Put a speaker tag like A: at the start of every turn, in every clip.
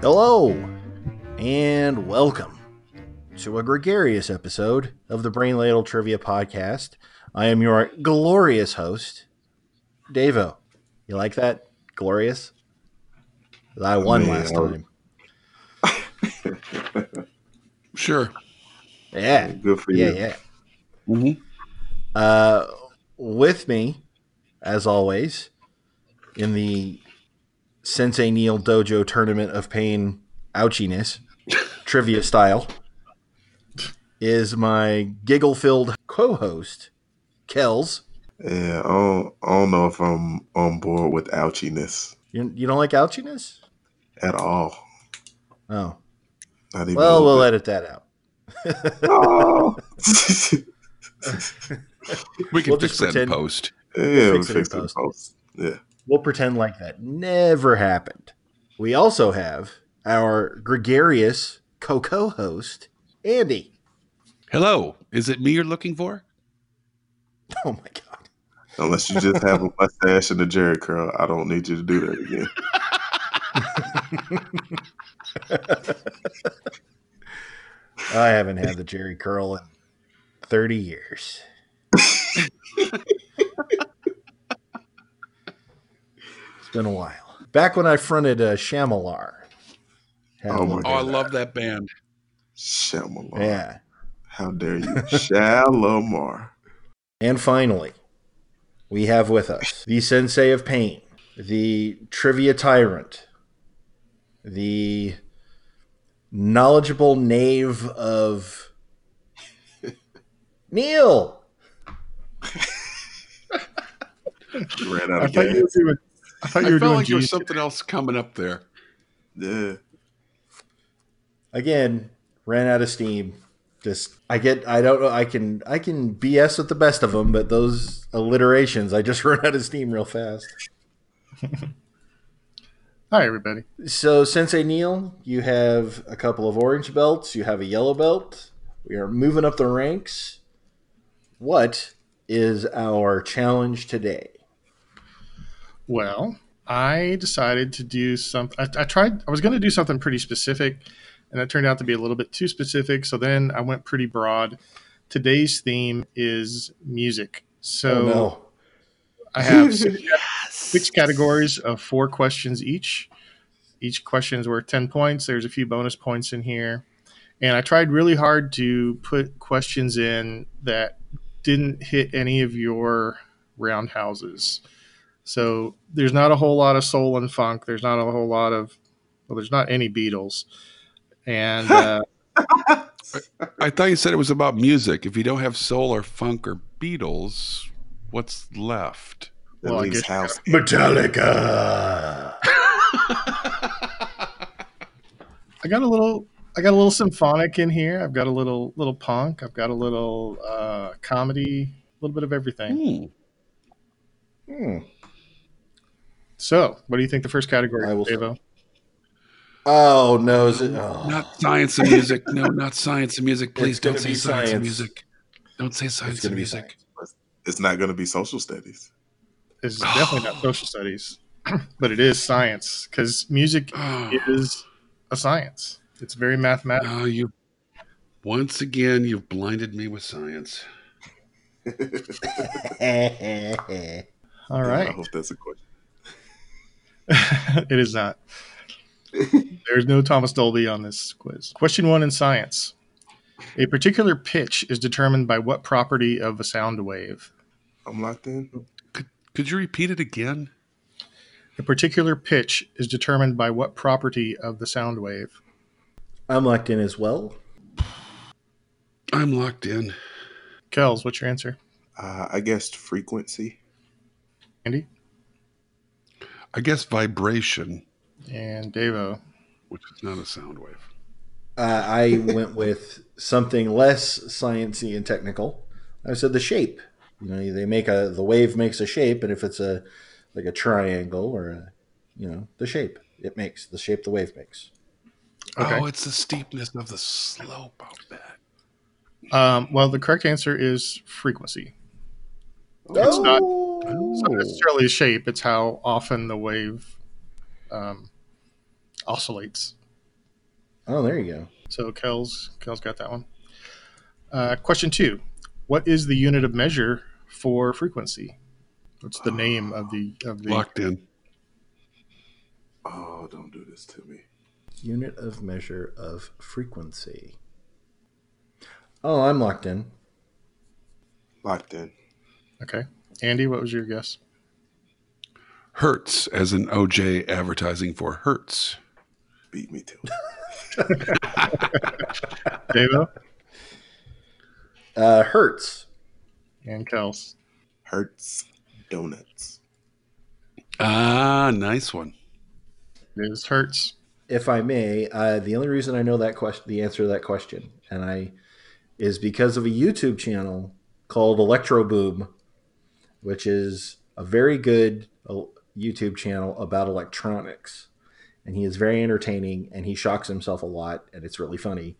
A: Hello, and welcome to a gregarious episode of the Brain Ladle Trivia Podcast. I am your glorious host, Davo. You like that? Glorious? I won
B: Man,
A: last
B: I-
A: time.
C: Sure.
A: Yeah,
B: Good for
A: yeah,
B: you.
A: yeah.
C: Mm-hmm.
A: Uh, with me, as always, in the Sensei Neil Dojo Tournament of Pain ouchiness, trivia style, is my giggle filled co host, Kells.
B: Yeah, I don't, I don't know if I'm on board with ouchiness
A: You, you don't like ouchiness?
B: at all.
A: Oh.
B: Not even
A: Well,
B: a
A: we'll
B: little
A: edit that out.
B: bit. Oh!
A: uh,
C: We can
A: We'll
C: fix
A: just
C: that in
A: pretend-
C: post.
B: yeah,
A: We'll
B: we'll
A: fix it in
B: fix it in
A: post.
B: post. Yeah.
A: We'll pretend like that never happened. We also have our gregarious co co host, Andy.
C: Hello. Is it me you're looking for?
A: Oh my God.
B: Unless you just have a mustache and a jerry curl, I don't need you to do that again.
A: I haven't had the Jerry curl in 30 years. it's been a while. Back when I fronted uh, Shamalar. Had
B: Oh
A: one
B: my
A: of
C: Oh, I
A: those.
C: love that band.
B: Shalimar.
A: Yeah.
B: How dare you? Shalimar.
A: And finally, we have with us the Sensei of Pain, the Trivia Tyrant, the knowledgeable knave of Neil.
B: Ran out
D: I
B: of
D: thought
B: gas.
D: you were doing. I thought
C: I
D: you were
C: felt
D: doing.
C: like there was
D: G-
C: something else coming up there.
B: Yeah.
A: again ran out of steam just i get i don't know i can i can bs with the best of them but those alliterations i just run out of steam real fast
D: Hi, everybody.
A: so sensei neil you have a couple of orange belts you have a yellow belt we are moving up the ranks what is our challenge today
D: Well, I decided to do something. I tried. I was going to do something pretty specific, and that turned out to be a little bit too specific. So then I went pretty broad. Today's theme is music. So
A: oh no
D: I have six, six categories of four questions each. Each question is worth 10 points. There's a few bonus points in here. And I tried really hard to put questions in that didn't hit any of your roundhouses. So there's not a whole lot of soul and funk. There's not a whole lot of, well, there's not any Beatles. And uh,
C: I thought you said it was about music. If you don't have soul or funk or Beatles, what's left?
B: At
D: Well, I
B: least
D: guess-
B: house.
A: metallica
D: I got a little I got a little symphonic in here. I've got a little little punk. I've got a little uh, comedy. A little bit of everything.
C: Hmm.
A: hmm.
D: So, what do you think the first category?
A: I
D: I
A: will-
D: will.
A: oh no is it- oh.
C: Not science and music. No, not science and music. Please
A: It's
C: don't
A: gonna
C: say
A: be
C: science,
A: science.
C: and music. Don't say science and
A: gonna be
C: music.
A: science.
B: It's not going to be social studies.
D: It's definitely not social studies, but it is science because music
C: Oh,
D: is a science. It's very mathematical.
C: no, you. Once again, you've blinded me with science.
D: All
B: Yeah, I
D: right,
B: hope that's a question.
D: it is not. There's no Thomas Dolby on this quiz. Question one in science: A particular pitch is determined by what property of a sound wave?
B: I'm locked in.
C: Could you repeat it again?
D: A particular pitch is determined by what property of the sound wave?
A: i'm locked in as well
C: I'm locked in.
D: Kells, what's your answer?
B: Uh, I guessed frequency.
D: Andy
C: I guess vibration,
D: and Davo.
C: which is not a sound wave.
A: Uh, I went with something less sciency and technical. I said the shape. You know, they make a the wave makes a shape, and if it's a like a triangle or a, you know, the shape it makes, the shape the wave makes.
D: Okay.
C: Oh, it's the steepness of the slope of that.
D: Um, well, the correct answer is frequency.
B: It's
D: not-
A: Oh!
D: It's not necessarily a shape; it's how often the wave um, oscillates.
A: Oh, there you go.
D: So Kel's Kel's got that one. Uh, question two: What is the unit of measure for frequency? What's the name of the of the?
C: Locked in.
B: Oh, don't do this to me.
A: Unit of measure of frequency. Oh, I'm locked in.
B: Locked in.
D: Okay, Andy, what was your guess?
C: Hertz, as in OJ advertising for Hertz.
B: Beat me to it.
D: Davo
A: Uh, Hertz.
D: and Kel's.
B: Hertz Donuts.
C: Ah, nice one.
D: It is Hertz.
A: if I may, uh, the only reason I know that question, the answer to that question, and I, is because of a YouTube channel called Electro Boom, which is a very good uh, YouTube channel about electronics, and he is very entertaining and he shocks himself a lot and it's really funny,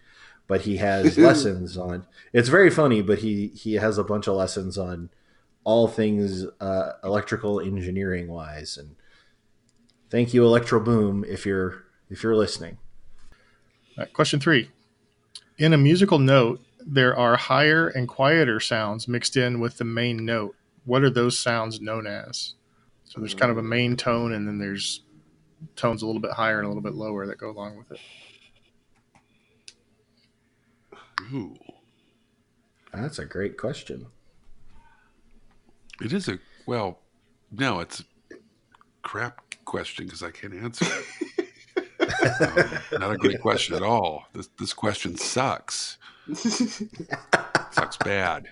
A: but he has lessons on. It's very funny, but he he has a bunch of lessons on all things uh, electrical engineering wise and. Thank you, Electro Boom, if you're if you're listening.
D: All right, question three: In a musical note, there are higher and quieter sounds mixed in with the main note. What are those sounds known as? So there's kind of a main tone, and then there's tones a little bit higher and a little bit lower that go along with it.
C: Ooh,
A: That's a great question.
C: it is a well. No, it's a crap question because I can't answer. it. Um, not a great question at all. This this question sucks. sucks bad.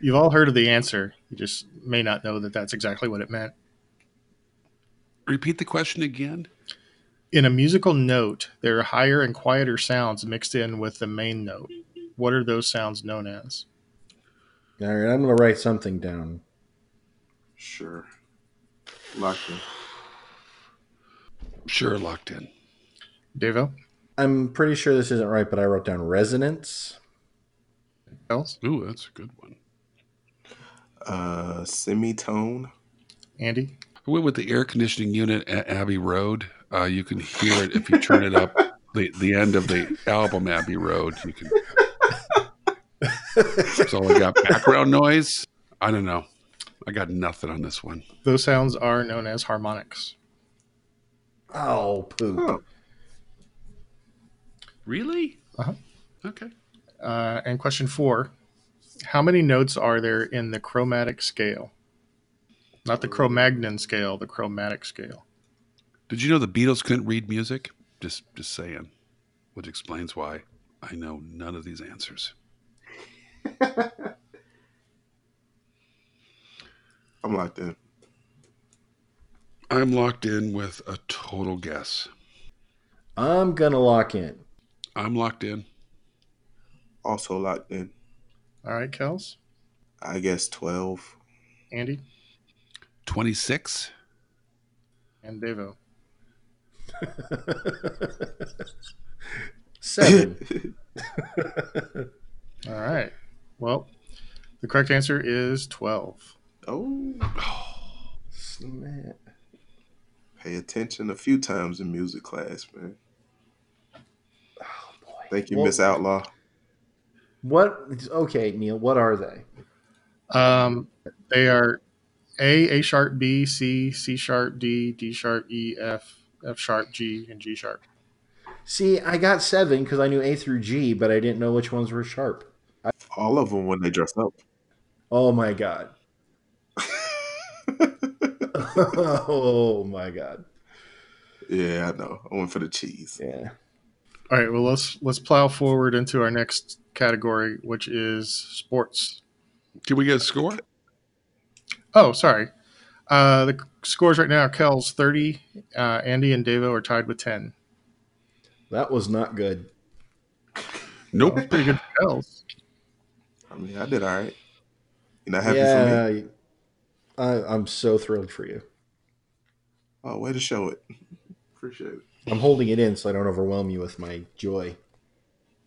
D: You've all heard of the answer. You just may not know that that's exactly what it meant.
C: Repeat the question again.
D: In a musical note, there are higher and quieter sounds mixed in with the main note. What are those sounds known as?
A: All right, I'm going to write something down.
B: Sure. Locked in.
C: Sure, locked in.
D: Devo?
A: I'm pretty sure this isn't right, but I wrote down resonance.
D: Else?
C: Ooh, that's a good one.
B: Uh, semitone.
D: Andy?
C: I went with the air conditioning unit at Abbey Road. Uh, you can hear it if you turn it up. The, the end of the album Abbey Road. You can. so I got background noise. I don't know. I got nothing on this one.
D: Those sounds are known as harmonics.
A: Oh, poop.
B: Huh.
C: Really?
D: Uh-huh.
C: Okay.
D: Uh, and question four How many notes are there in the chromatic scale? Not the Cro Magnon scale, the chromatic scale.
C: Did you know the Beatles couldn't read music? Just just saying, which explains why I know none of these answers.
B: I'm locked in.
C: I'm locked in with a total guess.
A: I'm going to lock in.
C: I'm locked in.
B: Also locked in.
D: All right, Kels?
B: I guess 12.
D: Andy?
C: Twenty six.
D: And Devo?
A: Seven.
D: All right. Well, the correct answer is 12.
B: Oh.
A: Snap.
B: Pay attention a few times in music class, man.
A: Oh, boy.
B: Thank you,
A: Well-
B: Miss Outlaw.
A: What? Okay, Neil, what are they?
D: Um, they are A, A sharp, B, C, C sharp, D, D sharp, E, F, F sharp, G, and G sharp.
A: See, I got seven because I knew A through G, but I didn't know which ones were sharp.
B: All of them when they dress up.
A: Oh, my God. oh, my God.
B: Yeah, I know. I went for the cheese.
A: Yeah.
D: All right. Well, let's let's plow forward into our next category, which is sports.
C: Can we get a score?
D: Oh, sorry. Uh, the scores right now: Kel's thirty, uh, Andy and Devo are tied with ten.
A: That was not good.
C: Nope.
D: Pretty good for Kel's.
B: I mean, I did all right. You're not happy for me?
A: yeah. I, I'm so thrilled for you.
B: Oh, way to show it. Appreciate it.
A: I'm holding it in so I don't overwhelm you with my joy.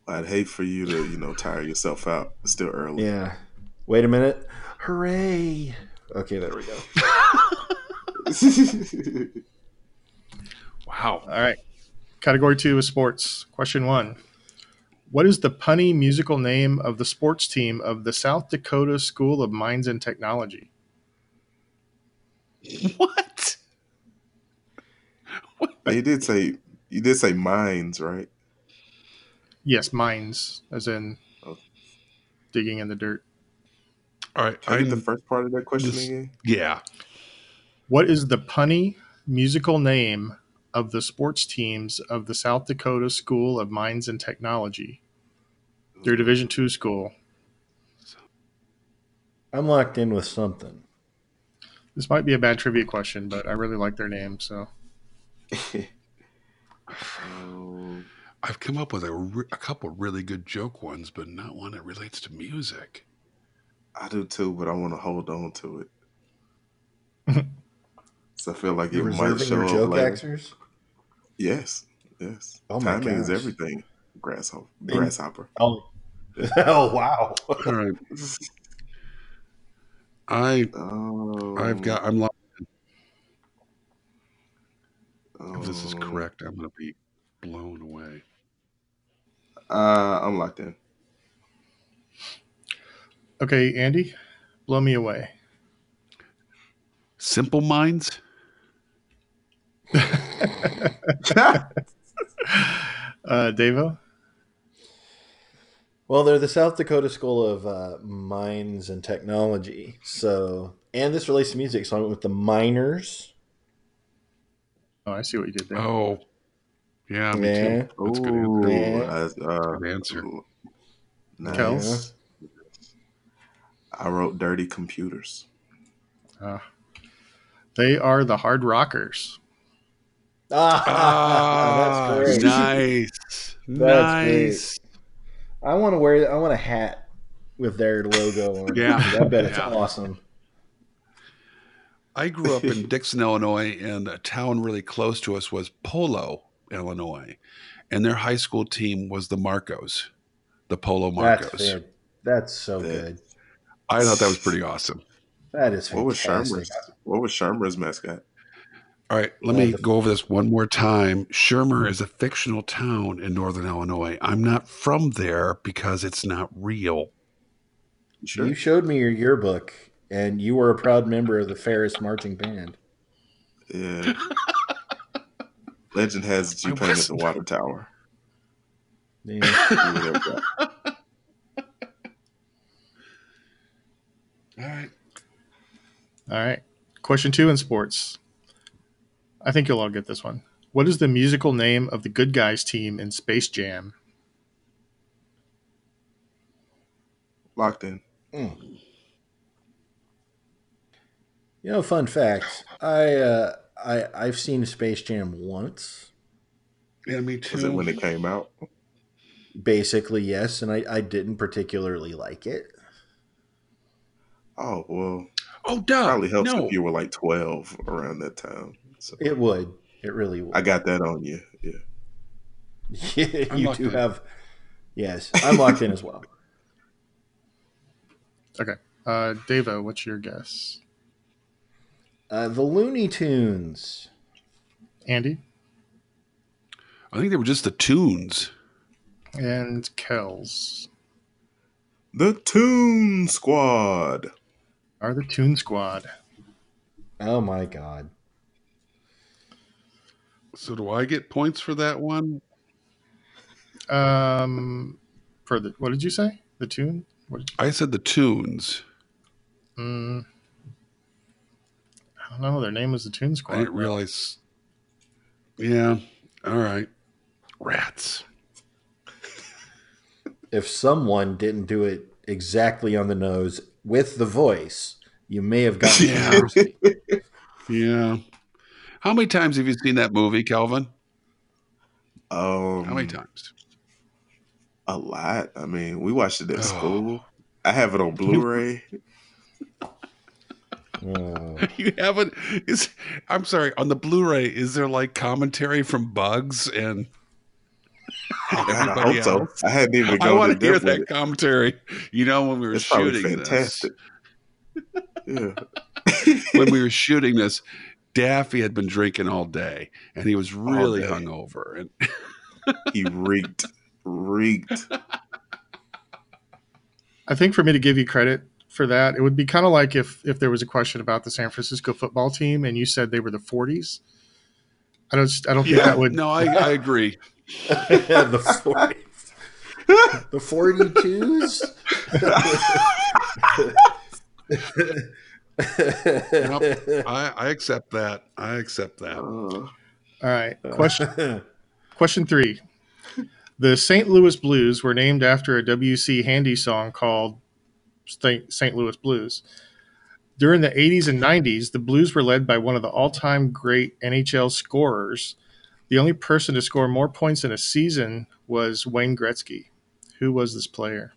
B: I'd hate for you to, you know, tire yourself out. It's still early.
A: Yeah. Wait a minute. Hooray. Okay, there we go.
C: Wow.
D: All right. Category two is sports. Question one What is the punny musical name of the sports team of the South Dakota School of Mines and Technology?
C: What?
B: You did say you did say mines, right?
D: Yes, mines, as in digging in the dirt.
C: All right.
B: Can I
C: I,
B: get the first part of that question
C: Just-
B: again?
C: yeah.
D: What is the punny musical name of the sports teams of the South Dakota School of Mines and Technology? Their Division two school.
A: I'm locked in with something.
D: This might be a bad trivia question, but I really like their name, so
B: Um,
C: I've come up with a, re- a couple really good joke ones, but not one that relates to music.
B: I do too, but I want to hold on to it. so I feel like
A: You're
B: it might
A: reserving
B: show
A: your
B: up
A: joke
B: later.
A: actors?
B: Yes, yes.
A: Oh my
B: Timing is
A: gosh.
B: everything. Grasshopper.
A: Then-
B: Grasshopper.
A: Oh. oh, wow.
C: All right. I
B: Oh,
C: I've got I'm locked.
B: oh.
C: If this is correct, I'm going to be blown away.
B: Uh, I'm locked in.
D: okay, Andy, blow me away.
C: Simple Minds.
D: Uh, Devo,
A: Well, they're the South Dakota School of uh, Mines and Technology. So, and this relates to music, so I went with the miners.
D: oh, I see what you did there.
C: Oh, yeah, Ah, me
A: Yeah.
C: too. That's a good
B: Ooh,
C: answer.
A: Yeah.
B: that's, uh,
C: Good answer.
B: nice.
D: Kels?
B: I wrote dirty computers.
D: They are the Hard Rockers.
A: Ah,
C: Ah,
A: that's great.
C: nice, nice.
A: That's I want to wear. I want a hat with their logo on. it,
C: Yeah.
A: 'cause I bet it's
C: Yeah.
A: awesome.
C: I grew up in Dixon, Illinois, and a town really close to us was Polo, Illinois, and their high school team was the Marcos, the Polo Marcos.
A: That's fan- That's so
B: That-
A: good.
C: I thought that was pretty awesome.
A: That is
B: What was
A: fantastic.
B: Shermer's? What was Shermer's mascot?
C: All right, let
A: Yeah,
C: me
A: the-
C: go over this one more time. Shermer is a fictional town in northern Illinois. I'm not from there because it's not real.
B: You sure?
A: You showed me your yearbook, and you were a proud member of the Ferris Marching Band.
B: Yeah. Legend has it
C: I
B: you painted the
C: wasn't.
B: water tower.
A: Yeah.
B: You were there, bro.
C: All right.
D: All right. Question two in sports. I think you'll all get this one. What is the musical name of the good guys team in Space Jam?
B: Locked in.
A: Mm. You know, fun fact. I uh, I I've seen Space Jam once,
C: Yeah, me
B: Was it when it came out?
A: basically yes, and I I didn't particularly like it.
B: Oh well,
C: Oh, duh.
B: probably helps
C: no.
B: if you were like twelve around that time. So
A: It would. It really would.
B: I got that on you. Yeah.
A: Yeah,
C: I'm
A: you
C: locked
A: do
C: in.
A: have. Yes, I'm locked in as well.
D: Uh, Devo, what's your guess?
A: Uh, the Looney Tunes.
D: Andy
C: I think they were just the tunes.
D: and Kells
B: The Toon Squad.
D: are the Toon Squad.
A: Oh my God.
C: So do I get points for that one?
D: Um, for the what did you say? The Toon? What,
C: I said the tunes.
D: mm, I don't know. Their name was the Toon
C: I
D: Squad.
C: didn't realize. Yeah. All right. Rats.
A: If someone didn't do it exactly on the nose with the voice, you may have gotten
C: Yeah.
A: it.
C: Yeah. How many times have you seen that movie, Calvin?
B: Um,
C: How many times?
B: A lot. I mean, we watched it at
C: Oh.
B: school. I have it on Blu-ray.
A: Oh.
C: You haven't. Is I'm sorry. On the Blu-ray, is there like commentary from Bugs and?
B: God, I
C: everybody
B: hope so.
C: else?
B: I hadn't even
C: I
B: gone to
C: want to hear
B: depth with
C: that
B: it.
C: commentary. You know, when we were
B: It's probably
C: shooting this,
B: fantastic. yeah.
C: when we were shooting this, Daffy had been drinking all day and he was really
B: day.
C: hungover. And
B: He reeked, reeked.
D: I think for me to give you credit for that, it would be kind of like if if there was a question about the San Francisco football team and you said they were the 40s. I don't I don't think that would
C: no, I, I agree.
A: the 40, the 42s?
C: I, I accept that. I accept
A: Oh.
C: that.
B: Uh,
D: All right. Question question 3. The St. Louis Blues were named after a WC Handy song called St. St. Louis Blues. During the 80s and 90s, the Blues were led by one of the all-time great NHL scorers. The only person to score more points in a season was Wayne Gretzky. Who was this player?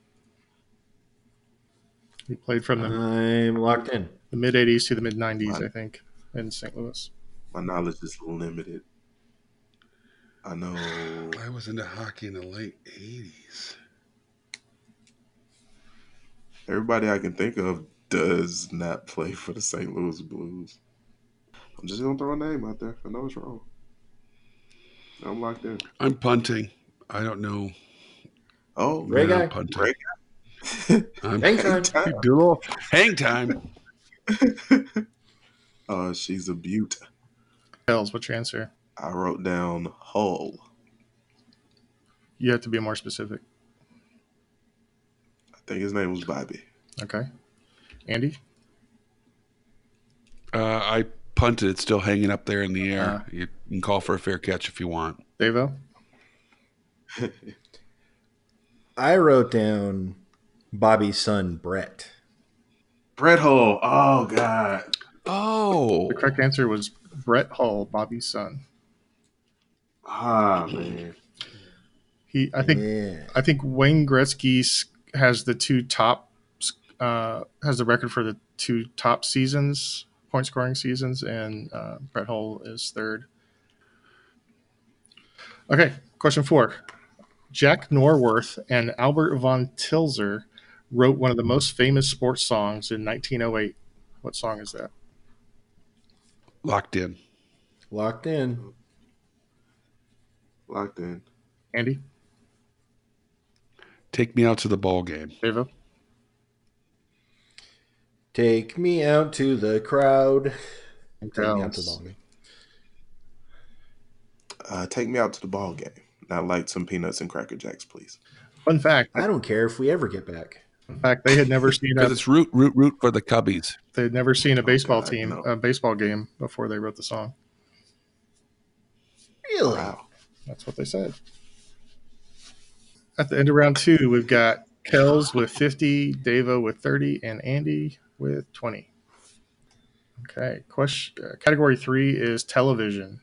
D: He played from the
A: I'm locked in.
D: the mid 80s to the mid 90s,
B: Right.
D: I think, in St. Louis.
B: my knowledge is limited. I know.
C: I was into hockey in the late 80s.
B: Everybody I can think of does not play for the St. Louis Blues. I'm just gonna throw a name out there. I know it's wrong. I'm locked in.
C: I'm punting. I don't know.
B: Oh,
A: Ray guy?
C: Yeah, punting.
B: Ray
C: I'm
A: Hang time.
B: time.
C: do a little hang time.
B: Uh, she's a beaut.
D: Bells, what's your answer?
B: I wrote down Hull.
D: You have to be more specific.
B: I think his name was Bobby.
D: Okay. Andy?
C: Uh, I punted. It's still hanging up there in the air.
D: Uh-huh.
C: you can call for a fair catch if you want.
D: Davo?
A: I wrote down Bobby's son, Brett.
B: Brett Hull. Oh God.
C: Oh,
D: The correct answer was Brett Hull, Bobby's son.
B: Ah man.
D: He, I think,
A: yeah.
D: I think Wayne Gretzky s- has the two top, uh, has the record for the two top seasons, point scoring seasons, and uh, Brett Hull is third. Okay, question four. Jack Norworth and Albert von Tilzer wrote one of the most famous sports songs in 1908. What song is that?
C: locked in.
A: Locked in.
B: Locked in.
D: Andy,
C: Take me out to the ball game.
D: Davo,
A: Take me out to the crowd.
D: and
A: Take me out to the
D: Bells.
A: ball game.
B: Uh, take me out to the ball game. Not like some peanuts and cracker jacks, please.
D: Fun fact,
A: I don't care if we ever get back.
D: in fact, they had never seen
C: Because
D: a,
C: it's root, root, root for the Cubbies.
D: they had never seen a baseball
B: Oh, God,
D: team,
B: no.
D: a baseball game before they wrote the song.
A: Really?
B: Wow.
D: That's what they said. At the end of round two, we've got Kells with 50, Davo with 30, and Andy with 20. Okay. Question, uh, category three is television.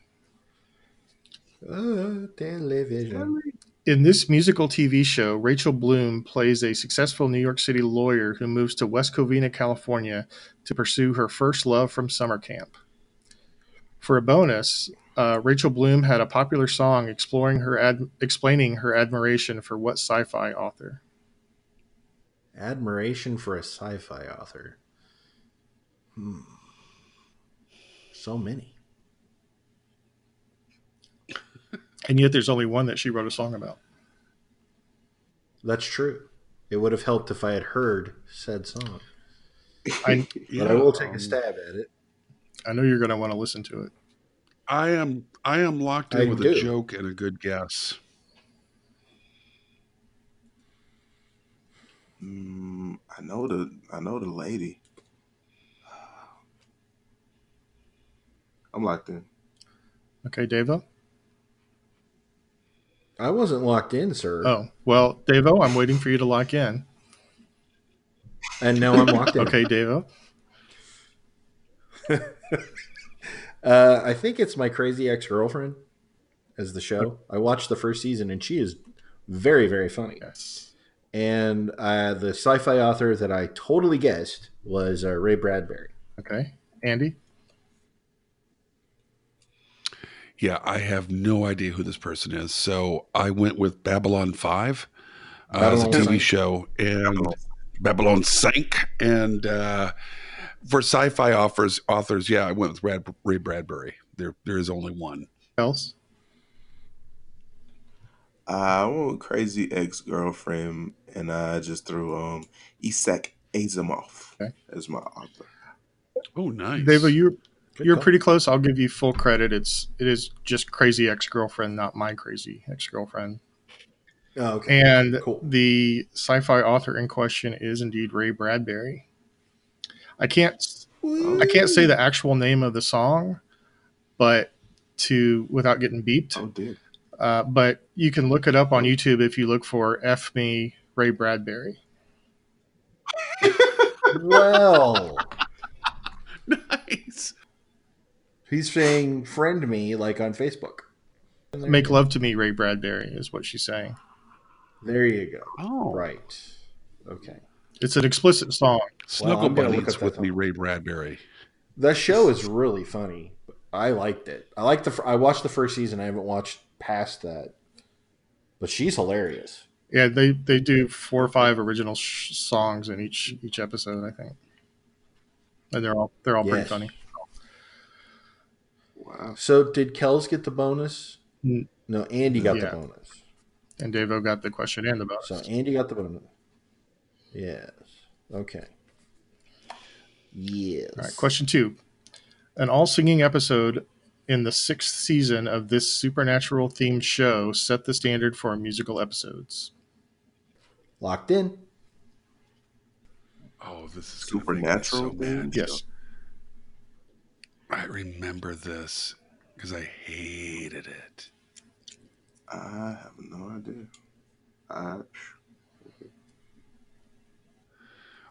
A: Oh, television.
D: In this musical TV show, Rachel Bloom plays a successful New York City lawyer who moves to West Covina, California to pursue her first love from summer camp. For a bonus, uh, Rachel Bloom had a popular song exploring her ad- explaining her admiration for what sci fi author?
A: Admiration for a sci fi author. Hmm. So many.
D: And yet there's only one that she wrote a song about.
A: That's true. It would have helped if I had heard said song.
D: I,
A: But I will
D: um,
A: take a stab at it.
D: I know you're going to want to listen to it.
C: I am, I am locked in
A: I
C: with a
A: do.
C: joke and a good guess.
B: Mm, I know the I know the lady. I'm locked in.
D: Okay, Davo?
A: I wasn't locked in, sir.
D: Oh, well, Davo, I'm waiting for you to lock in.
A: And now I'm locked in.
D: Okay, Davo.
A: Uh, I think it's my crazy ex girlfriend as the show. I watched the first season and she is very, very funny.
D: Yes.
A: And uh, the sci fi author that I totally guessed was uh, Ray Bradbury.
D: Okay. Andy?
C: Yeah, I have no idea who this person is. So I went with Babylon 5 uh, as a
A: Babylon
C: TV
A: Cinq.
C: show and Babylon Sank. And uh, for sci-fi offers authors, yeah, I went with Brad, Ray Bradbury. There, there is only one.
D: Else,
B: I went with crazy ex girlfriend, and I just threw um Isaac Asimov
D: Okay.
B: as my author.
C: Oh, nice.
D: Dave, you
A: Good
D: you're
A: call.
D: pretty close. I'll give you full credit. It's it is just crazy ex girlfriend, not my crazy ex girlfriend.
A: Oh, okay.
D: And
A: Cool.
D: the sci-fi author in question is indeed Ray Bradbury. I can't I can't say the actual name of the song, but to without getting beeped.
B: Oh, dear.
D: Uh, but you can look it up on YouTube if you look for "F Me Ray Bradbury."
A: well,
C: nice.
A: he's saying friend me like on Facebook.
D: "Make love to me, Ray Bradbury" is what she's saying.
A: There you go.
C: Oh,
A: Right. Okay.
D: It's an explicit song.
A: Well,
C: Snuggle
A: I'm gonna look
C: buddies
A: up
C: with
A: that
C: me,
A: song.
C: Ray Bradbury.
A: The show is really funny. I liked it. I like the. fir- I watched the first season. I haven't watched past that, but she's hilarious.
D: Yeah, they they do four or five original sh- songs in each each episode, I think, and they're all they're all pretty
A: Yes.
D: funny.
B: Wow.
A: So did Kells get the bonus?
D: Mm.
A: No, Andy got
D: Yeah.
A: the bonus.
D: And Davo got the question and the bonus.
A: So Andy got the bonus. Yes. Okay. Yes.
D: All right, question two. An all singing episode in the sixth season of this supernatural themed show set the standard for musical episodes.
A: Locked in.
C: Oh, this is gonna make me
B: Supernatural
C: So
B: thing?
C: mad.
D: Yes.
C: I remember this because I hated it.
B: I have no idea. I,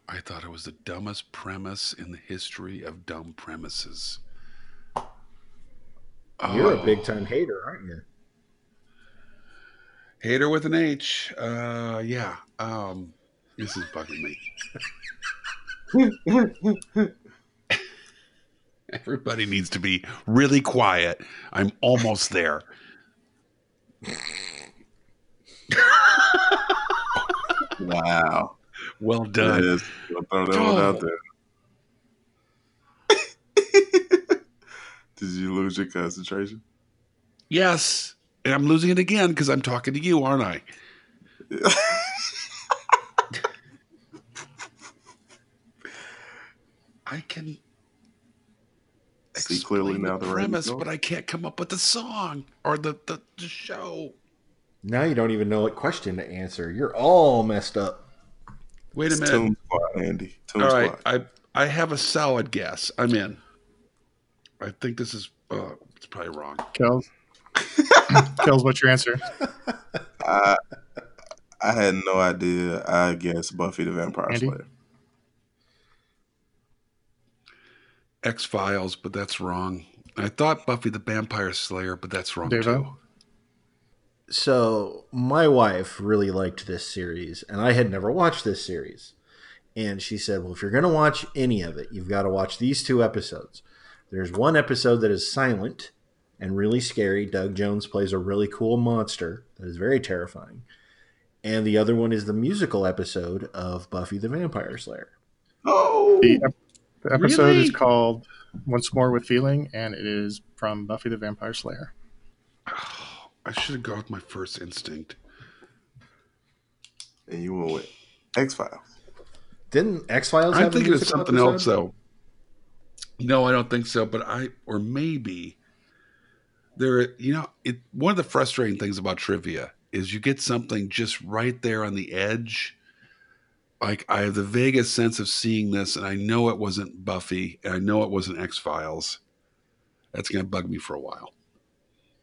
C: I thought it was the dumbest premise in the history of dumb premises.
A: You're a
C: Oh,
A: big time hater, aren't you?
C: hater with an H. Uh, yeah. Um, this is bugging me. Everybody needs to be really quiet. I'm almost there.
B: wow.
C: Well done.
B: Yes. I'll throw that one out there. Did you lose your concentration?
C: Yes. And I'm losing it again because I'm talking to you, aren't I? I can
B: See clearly
C: explain
B: now the,
C: the
B: right
C: premise, but
B: I...
C: I can't come up with the song or the, the, the show.
A: Now you don't even know what question to answer. You're all messed up.
C: Wait a
B: It's
C: minute.
B: Toon Squad, Andy. Toon
C: All
B: Squad.
C: right, I I have a solid guess. I'm in. I think this is uh, it's probably wrong.
D: Kels, Kels what's your answer?
B: I I had no idea. I guess Buffy the Vampire
D: Andy?
B: Slayer.
C: X Files, but that's wrong. I thought Buffy the Vampire Slayer, but that's wrong
D: Dave-o?
C: too.
A: So my wife really liked this series, and I had never watched this series. And she said, Well, if you're going to watch any of it, you've got to watch these two episodes. There's one episode that is silent and really scary. Doug Jones plays a really cool monster that is very terrifying. And the other one is the musical episode of Buffy the Vampire Slayer.
B: Oh,
D: The, ep- the episode
C: Really?
D: is called Once More with Feeling, and it is from Buffy the Vampire Slayer.
C: I should have gone with my first instinct.
B: and you went with X Files.
A: Didn't X Files
C: I'm
A: have
C: thinking
A: a
C: of
A: musical
C: something
A: episode?
C: else though. No, I don't think so. But I or maybe there. You know, it. One of the frustrating things about trivia is you get something just right there on the edge. Like I have the vaguest sense of seeing this, and I know it wasn't Buffy, and I know it wasn't X Files. That's gonna bug me for a while.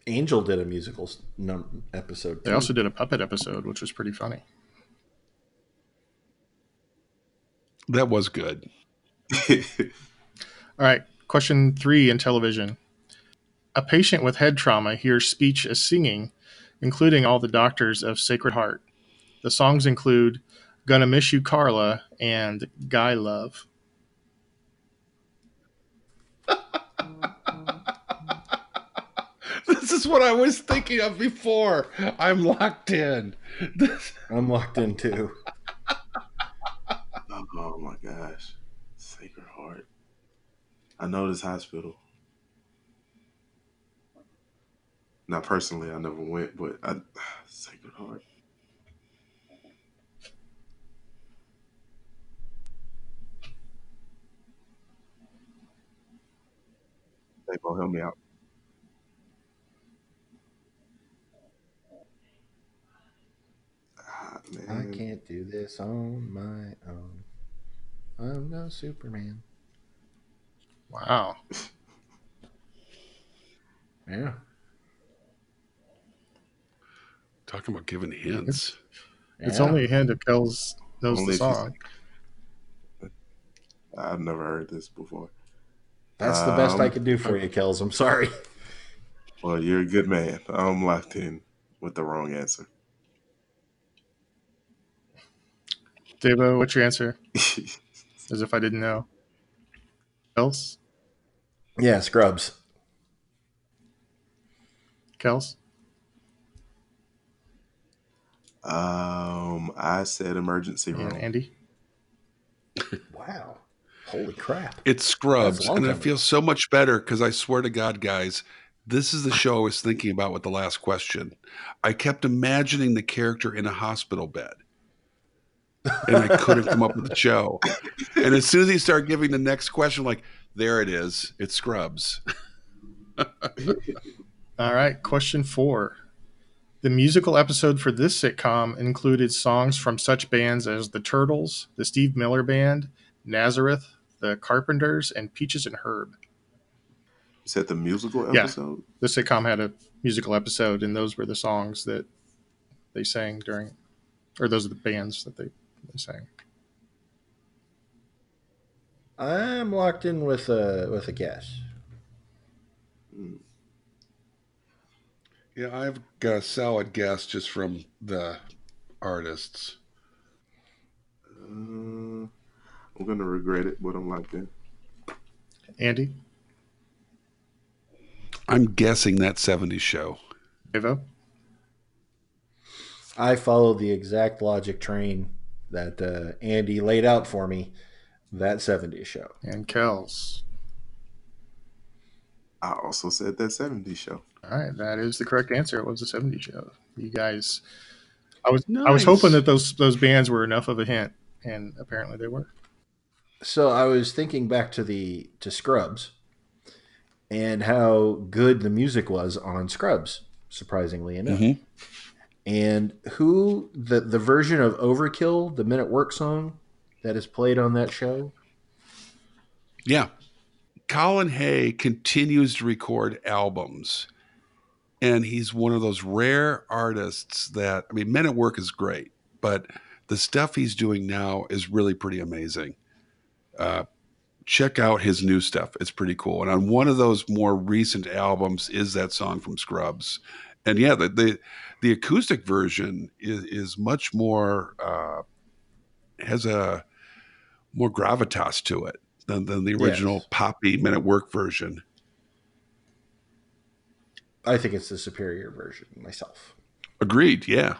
A: Angel did a musical s- num- episode.
D: They
A: too.
D: also did a puppet episode, which was pretty funny.
C: That was good.
D: All right, question three in television. A patient with head trauma hears speech as singing, including all the doctors of Sacred Heart. The songs include Gonna Miss You, Carla, and Guy Love.
C: This is what I was thinking of before. I'm locked in.
A: I'm locked in too.
B: oh my gosh, Sacred Heart. I know this hospital. Now, personally, I never went, but I, Sacred Heart. They gonna help me out. Ah,
A: I
B: man.
A: can't do this on my own. I'm no Superman.
D: Wow.
A: Yeah.
C: Talking about giving hints.
D: It's
A: Yeah.
D: only a hand that tells knows
B: Only
D: the
B: if you
D: song.
B: I've never heard this before.
A: that's the best I
B: Um,
A: could do for you, Kels. I'm sorry.
B: Well, you're a good man. I'm locked in with the wrong answer.
D: Debo, what's your answer? As if I didn't know. Kels?
A: Yeah, Scrubs.
D: Kels?
B: um, I said emergency room.
D: Mm, And Andy?
A: Wow. Holy crap.
C: It's Scrubs,
A: That's long
C: and I
A: time.
C: feel so much better because I swear to God, guys, this is the show I was thinking about with the last question. I kept imagining the character in a hospital bed, and I couldn't come up with the show. And as soon as he started giving the next question, like, there it is, it's Scrubs.
D: All right, question four. The musical episode for this sitcom included songs from such bands as The Turtles, The Steve Miller Band, Nazareth, The Carpenters, and Peaches and Herb.
B: You said the musical
D: Yeah.
B: episode?
D: The sitcom had a musical episode, and those were the songs that they sang during, or those are the bands that they, they sang.
A: I'm locked in with a with a guess.
B: Mm.
C: Yeah, I've got a solid guess just from the artists.
B: Uh, I'm going to regret it, but I'm locked in.
D: Andy,
C: I'm guessing that 70s show.
D: Devo,
A: I followed the exact logic train that uh, Andy laid out for me that 70s show.
D: and Kels.
B: I also said that 70s show.
D: All right, that is the correct answer. It was the 70 show. You guys, I was I
C: Nice.
D: was hoping that those those bands were enough of a hint, and apparently they were.
A: So I was thinking back to the to Scrubs and how good the music was on Scrubs, surprisingly enough.
C: Mhm.
A: And who the the version of Overkill, the Men at Work song that is played on that show?
C: Yeah. Colin Hay continues to record albums. And he's one of those rare artists that, I mean, Men at Work is great, but the stuff he's doing now is really pretty amazing. Uh, check out his new stuff. It's pretty cool. And on one of those more recent albums is that song from Scrubs. And yeah, the the, the acoustic version is, is much more, uh, has a more gravitas to it than, than the original
A: Yes.
C: poppy Men at Work version.
A: I think it's the superior version myself.
C: Agreed. Yeah.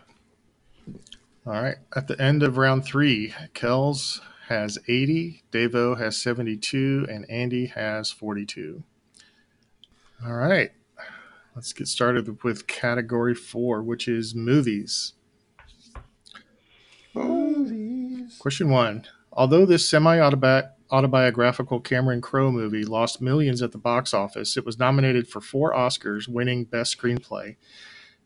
D: All right, at the end of round three, Kels has 80, Devo has 72, and Andy has 42. All right, let's get started with category four, which is movies.
A: Movies.
D: Question one. Although this semi autobiographical Cameron Crowe movie lost millions at the box office, it was nominated for four Oscars, winning Best Screenplay.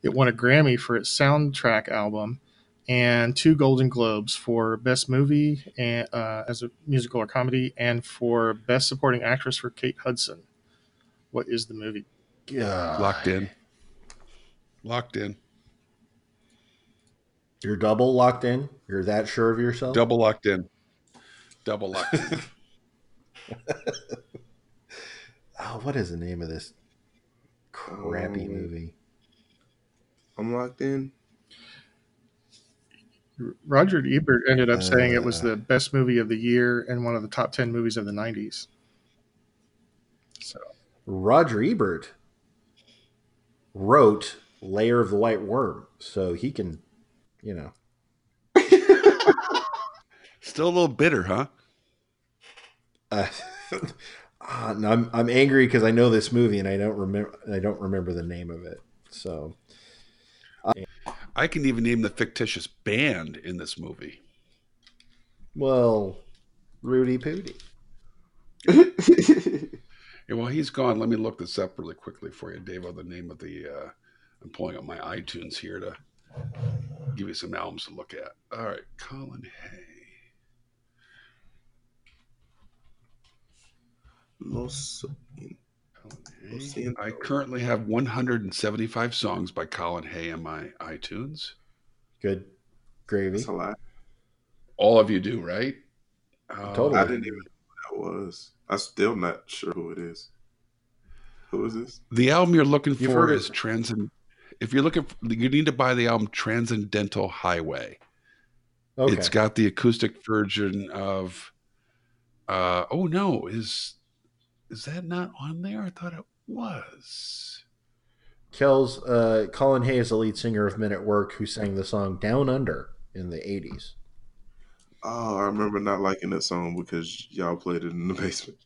D: It won a Grammy for its soundtrack album and two Golden Globes for Best Movie and, uh, as a musical or comedy and for Best Supporting Actress for Kate Hudson. What is the movie?
A: God.
C: Locked in. Locked in.
A: You're double locked in. You're that sure of yourself.
C: Double locked in. Double locked in.
A: Oh, what is the name of this crappy
B: Um,
A: movie?
B: I'm locked in.
D: Roger Ebert ended up saying it was
A: Uh.
D: the best movie of the year and one of the top 10 movies of the 90s. So.
A: Roger Ebert wrote Layer of the White Worm, so he can, you know,
C: Still a little bitter, huh?
A: uh, Ah, no, I'm I'm angry because I know this movie and I don't remember I don't remember the name of it. So
C: I can even name the fictitious band in this movie.
A: well, Rudy Pooty.
C: And while he's gone, let me look this up really quickly for you, Dave. The name of the uh, I'm pulling up my iTunes here to give you some albums to look at. All right, Colin Hay.
B: Los
C: Colin
B: We'll see
C: Hay.
B: him.
C: I currently have 175 songs by Colin Hay on my iTunes.
A: Good gravy.
B: That's a lot.
C: All of you do, right? Oh,
A: Totally.
B: I didn't even know who that was. I'm still not sure who it is. Who is this?
C: The album you're looking
A: You've
C: for
A: heard it.
C: is Transcend. If you're looking, for, you need to buy the album Transcendental Highway.
A: Okay.
C: It's got the acoustic version of. Uh, oh no! Is is that not on there? I thought it was.
A: Kells uh, Colin Hay is the lead singer of Men at Work who sang the song Down Under in the 80s.
B: Oh, I remember not liking that song because y'all played it in the basement.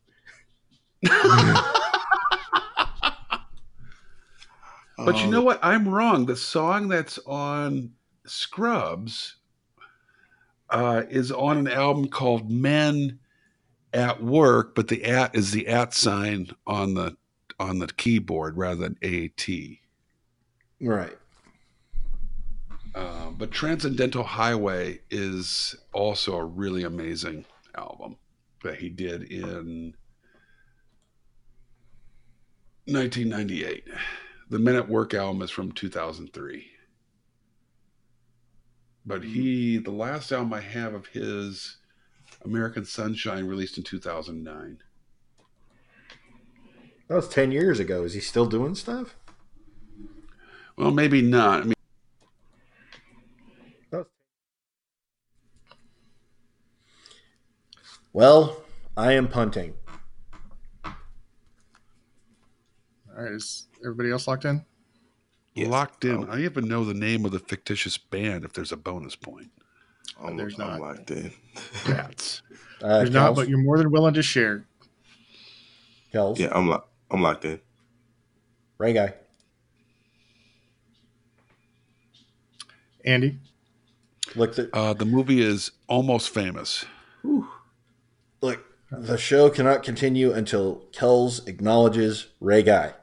C: But you
A: Um,
C: know what? I'm wrong. The song that's on Scrubs uh, is on an album called Men at Work, but the at is the at sign on the on the keyboard rather than AT.
A: Right.
C: Uh, but Transcendental Highway is also a really amazing album that he did in 1998. The Men at Work album is from 2003. But he, the last album I have of his, American Sunshine, released in 2009.
A: That was 10 years ago. Is he still doing stuff?
C: Well, maybe not. I mean,
A: Well, I am punting.
D: All right, is everybody else locked in?
B: Yes.
C: locked in.
B: Oh.
C: I even know the name of the fictitious band if there's a bonus point.
B: I'm,
D: There's
B: Oh, I'm
D: not.
B: locked in.
C: Rats.
A: Uh,
D: There's not,
A: Kells?
D: but you're more than willing to share.
A: Kells?
B: Yeah, I'm locked. I'm locked in.
A: Ray guy.
D: Andy,
A: Look, the,
C: Uh, the movie is almost famous.
A: look, the show cannot continue until Kells acknowledges Ray guy.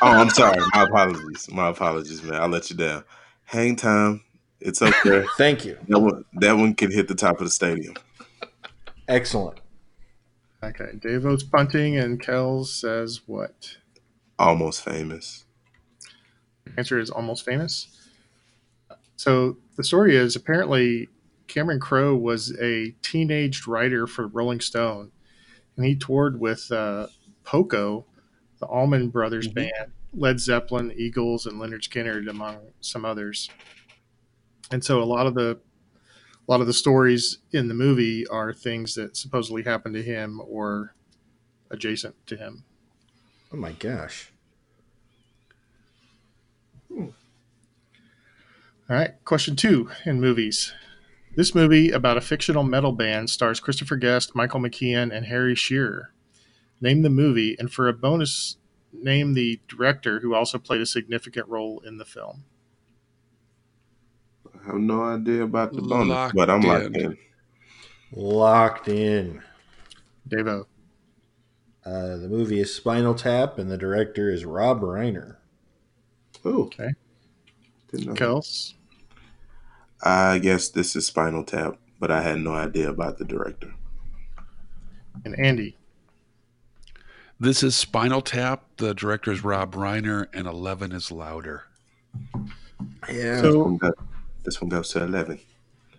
B: Oh, I'm sorry. My apologies. My apologies, man. I let you down. Hang time. It's up there.
A: Thank you.
B: that one. That one can hit the top of the stadium.
A: Excellent.
D: okay. Dave votes punting, and Kells says what?
B: Almost famous.
D: answer is almost famous. So the story is apparently Cameron Crowe was a teenaged writer for Rolling Stone, and he toured with uh, Poco, the Allman Brothers
C: Mhm.
D: band, Led Zeppelin, Eagles, and Leonard Skinner, among some others. And so a lot of the a lot of the stories in the movie are things that supposedly happened to him or adjacent to him.
A: Oh my gosh.
D: All right, question two in movies. This movie about a fictional metal band stars Christopher Guest, Michael McKean, and Harry Shearer. Name the movie, and for a bonus, name the director who also played a significant role in the film.
B: I have no idea about the bonus,
C: Locked
B: but I'm
C: in.
B: locked in.
A: Locked in.
D: Davo,
A: Uh, the movie is Spinal Tap, and the director is Rob Reiner.
B: Ooh.
D: Okay.
B: Didn't know.
D: Kels,
B: I guess this is Spinal Tap, but I had no idea about the director.
D: and Andy.
C: This is Spinal Tap. The director is Rob Reiner, and Eleven is louder.
A: Yeah.
B: This
D: So
B: one go- This one goes to eleven.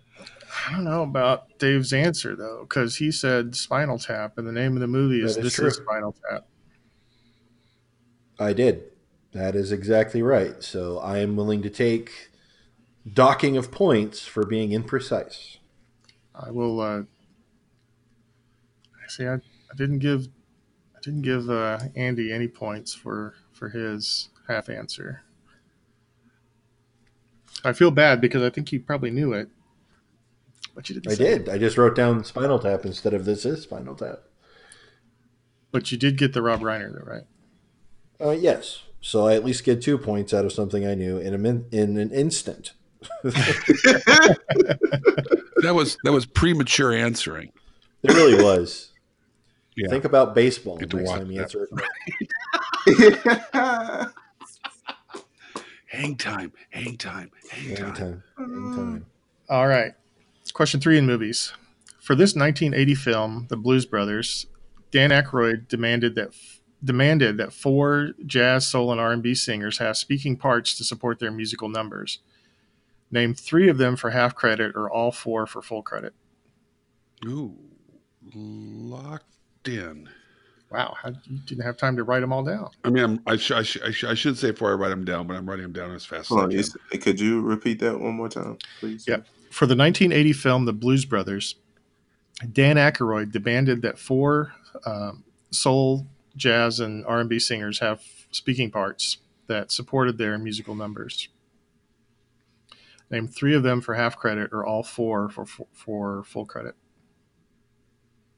D: I don't know about Dave's answer though, because he said Spinal Tap, and the name of the movie is
A: That is
D: This
A: true.
D: is Spinal Tap.
A: I did. That is exactly right. So I am willing to take docking of points for being imprecise.
D: I will. Uh, see, I, I didn't give, I didn't give uh, Andy any points for for his half answer. I feel bad because I think you probably knew it, but you didn't.
A: I
D: say it.
A: did. I just wrote down Spinal Tap instead of this is Spinal Tap.
D: But you did get the Rob Reiner, though, right?
A: Uh, yes. So I at least get two points out of something I knew in a min- in an instant.
C: That was that was premature answering.
A: It really was.
C: Yeah.
A: Think about baseball
C: Good
A: next
C: to watch
A: time you
C: that.
A: answer it.
C: Hang time, hang time, hang time.
A: Anytime. Anytime.
D: All right. Question three in movies. For this 1980 film, The Blues Brothers, Dan Aykroyd demanded that demanded that four jazz, soul, and R&B singers have speaking parts to support their musical numbers. Name three of them for half credit, or all four for full credit.
C: Ooh, locked in.
D: Wow, how, you didn't have time to write them all down.
C: I mean, I'm, I, sh- I, sh- I, sh- I should say before I write them down, but I'm writing them down as fast
B: Hold
C: as I
B: on,
C: can.
B: is- could you repeat that one more time, please?
D: Yeah. For the 1980 film The Blues Brothers, Dan Aykroyd demanded that four um, soul, jazz, and R&B singers have speaking parts that supported their musical numbers. Name three of them for half credit, or all four for for, for full credit.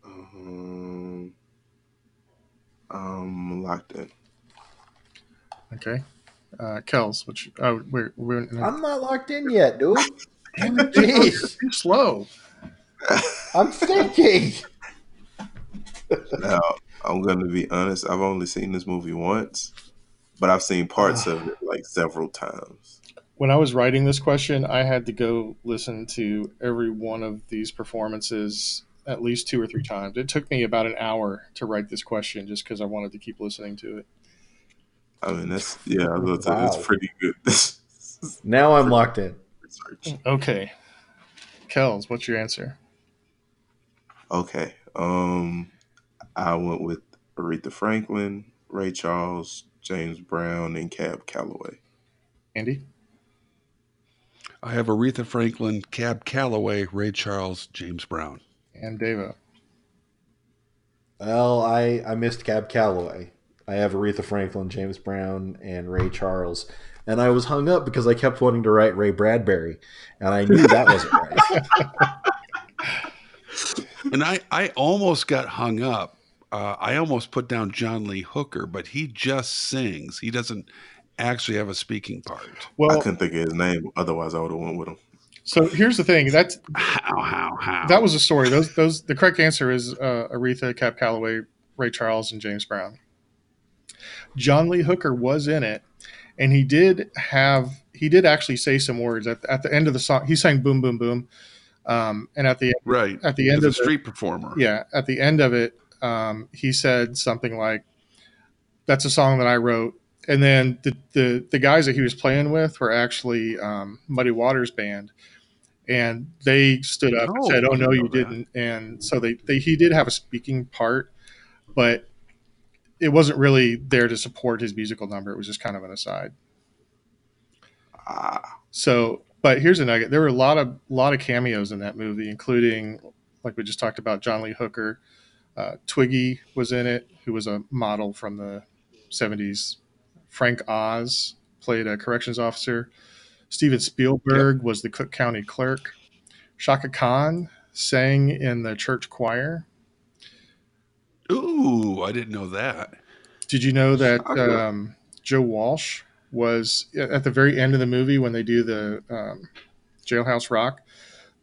B: Um, um, locked in.
D: Okay, uh, Kells, which oh, we're, we're
A: I'm not locked in yet, dude.
D: Damn it,
A: Jeez,
D: too slow.
A: I'm thinking.
B: Now, I'm going to be honest. I've only seen this movie once, but I've seen parts of it like several times.
D: when I was writing this question, I had to go listen to every one of these performances at least two or three times. It took me about an hour to write this question just because I wanted to keep listening to it.
B: I mean, that's yeah, I was gonna say,
A: Wow.
B: it's pretty good. research.
A: Now I'm locked in.
D: Okay. Kells, what's your answer?
B: Okay. Um, I went with Aretha Franklin, Ray Charles, James Brown, and Cab Calloway.
D: Andy?
C: I have Aretha Franklin, Cab Calloway, Ray Charles, James Brown.
D: And Devo.
A: Well, I, I missed Cab Calloway. I have Aretha Franklin, James Brown, and Ray Charles. And I was hung up because I kept wanting to write Ray Bradbury, and I knew that wasn't right.
C: And I, I almost got hung up. Uh, I almost put down John Lee Hooker, but he just sings. He doesn't actually have a speaking part.
B: I
D: Well,
B: couldn't think of his name, otherwise I would have went with him.
D: so here's the thing. That's
C: How, how, how?
D: that was a story. Those those the correct answer is uh, Aretha, Cap Calloway, Ray Charles, and James Brown. John Lee Hooker was in it, and he did have he did actually say some words at, at the end of the song. He sang "Boom Boom Boom," um, and at the
C: right.
D: at the
C: As
D: end
C: a
D: of the,
C: street performer.
D: yeah at the end of it, um, he said something like, "That's a song that I wrote." And then the the, the guys that he was playing with were actually um, Muddy Waters band, and they stood up and
C: Oh,
D: said, "Oh
C: I
D: no,
C: didn't
D: you
C: know that."
D: didn't." And so they, they he did have a speaking part, but it wasn't really there to support his musical number. It was just kind of an aside.
B: Ah,
D: So, but here's a nugget: there were a lot of lot of cameos in that movie, including like we just talked about John Lee Hooker, uh, Twiggy was in it, who was a model from the '70s. Frank Oz played a corrections officer. Steven Spielberg was the Cook County clerk. Shaka Khan sang in the church choir.
C: Ooh, I didn't know that.
D: Did you know that
B: Shaka.
D: um, Joe Walsh was at the very end of the movie when they do the um, Jailhouse Rock?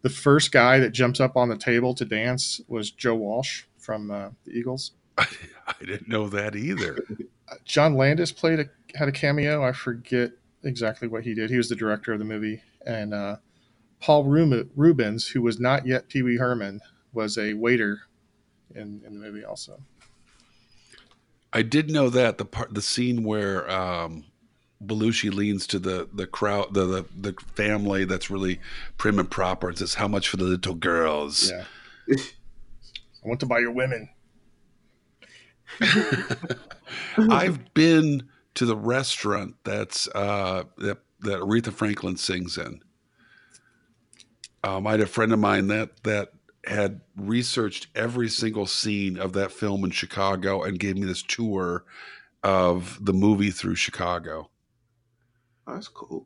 D: The first guy that jumps up on the table to dance was Joe Walsh from uh, the Eagles.
C: I, didn't know that either.
D: Uh, John Landis played a, had a cameo. I forget exactly what he did. He was the director of the movie, and uh, Paul Rub- Rubens, who was not yet Pee Wee Herman, was a waiter in, in the movie also.
C: I did know that the part, the scene where um, Belushi leans to the the crowd, the, the the family that's really prim and proper, and says, "How much for the little girls?"
D: Yeah. I want to buy your women.
C: I've been to the restaurant that's uh, that that Aretha Franklin sings in. Um, I had a friend of mine that that had researched every single scene of that film in Chicago and gave me this tour of the movie through Chicago.
B: that's cool.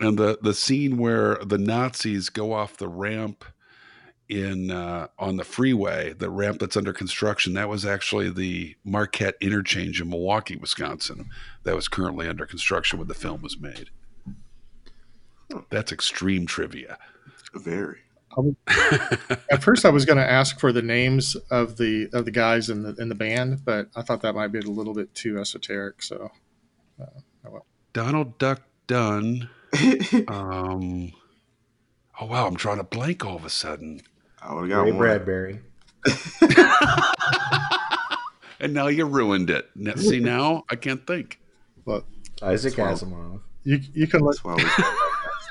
C: and the the scene where the Nazis go off the ramp in uh, on the freeway, the ramp that's under construction, that was actually the Marquette interchange in Milwaukee, Wisconsin, that was currently under construction when the film was made. That's extreme trivia.
B: Very.
D: At first, I was going to ask for the names of the of the guys in the in the band, but I thought that might be a little bit too esoteric. So,
C: Donald Duck Dunn. Um, oh wow, I'm drawing a blank all of a sudden.
B: I would have got
A: Ray
B: one.
A: Bradbury.
C: And now you ruined it. Now- See now I can't think.
D: but
A: Isaac
B: Swallow.
A: Asimov.
D: you you can look
B: That's why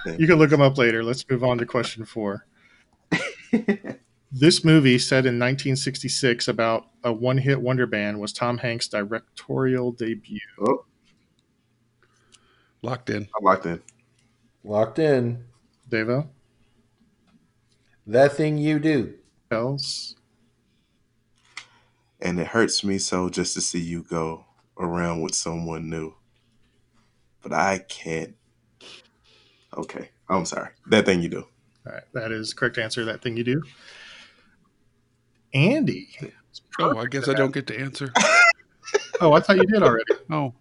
B: we.
D: you can look them up later. Let's move on to question four. this movie, set in 1966, about a one-hit wonder band, was Tom Hanks' directorial debut.
B: oh,
C: Locked in.
B: I'm locked in.
A: Locked in.
D: Devo,
A: That thing you do.
D: else,
B: And it hurts me so just to see you go around with someone new. But I can't. Okay. I'm sorry. That thing you do.
D: all right, that is the correct answer. That thing you do, Andy.
C: Oh, I guess I don't get to answer.
D: Oh, I thought you did already.
C: Oh,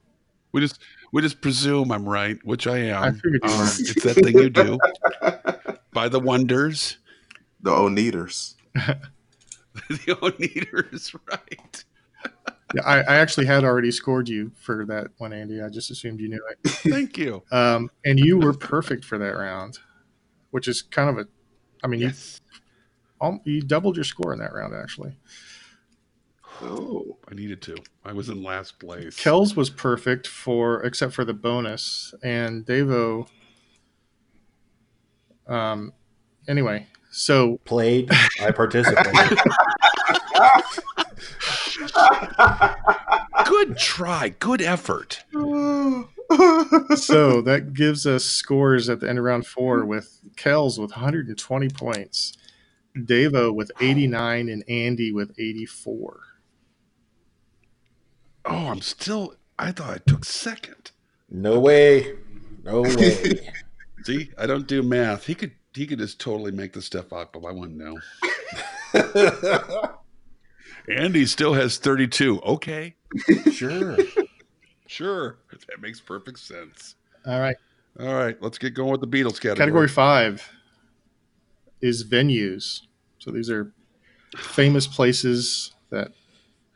C: we just we just presume I'm right, which I am.
D: I figured you
C: Um,
D: were.
C: it's that thing you do by the Wonders,
B: The Oneaters.
C: the Oneaters, right?
D: Yeah, I, I actually had already scored you for that one, Andy. I just assumed you knew it.
C: Thank you.
D: Um, and you were perfect for that round, which is kind of a, I mean,
C: Yes,
D: you um, you doubled your score in that round actually.
B: Oh.
C: I needed to. I was in last place.
D: Kells was perfect for except for the bonus, and Devo. Um, anyway, so
A: Played. I participated.
C: Good try. Good effort.
D: so that gives us scores at the end of round four with Kells with 120 points, Devo with 89, and Andy with 84.
C: Oh, I'm still. I thought I took second.
A: no way. No way.
C: See, I don't do math. He could. He could just totally make this stuff up, but I wouldn't know. Andy still has 32. Okay,
A: sure.
C: sure. That makes perfect sense.
D: All right.
C: All right, let's get going with the Beatles category.
D: Category five is venues. So these are famous places that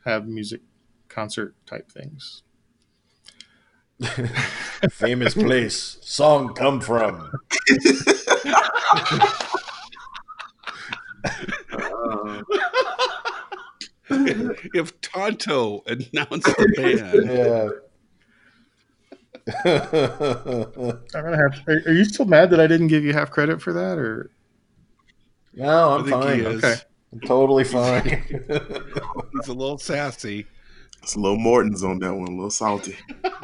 D: have music concert type things.
A: Famous place. Song come from.
C: if Tonto announced the band,
A: Yeah.
D: I'm gonna have. Are, are you still mad that I didn't give you half credit for that? Or
A: no,
C: I
A: I'm
C: think he
A: fine.
C: is.
D: Okay.
A: I'm totally fine.
C: He's a little sassy.
B: It's Lil Morton's on that one. A little salty.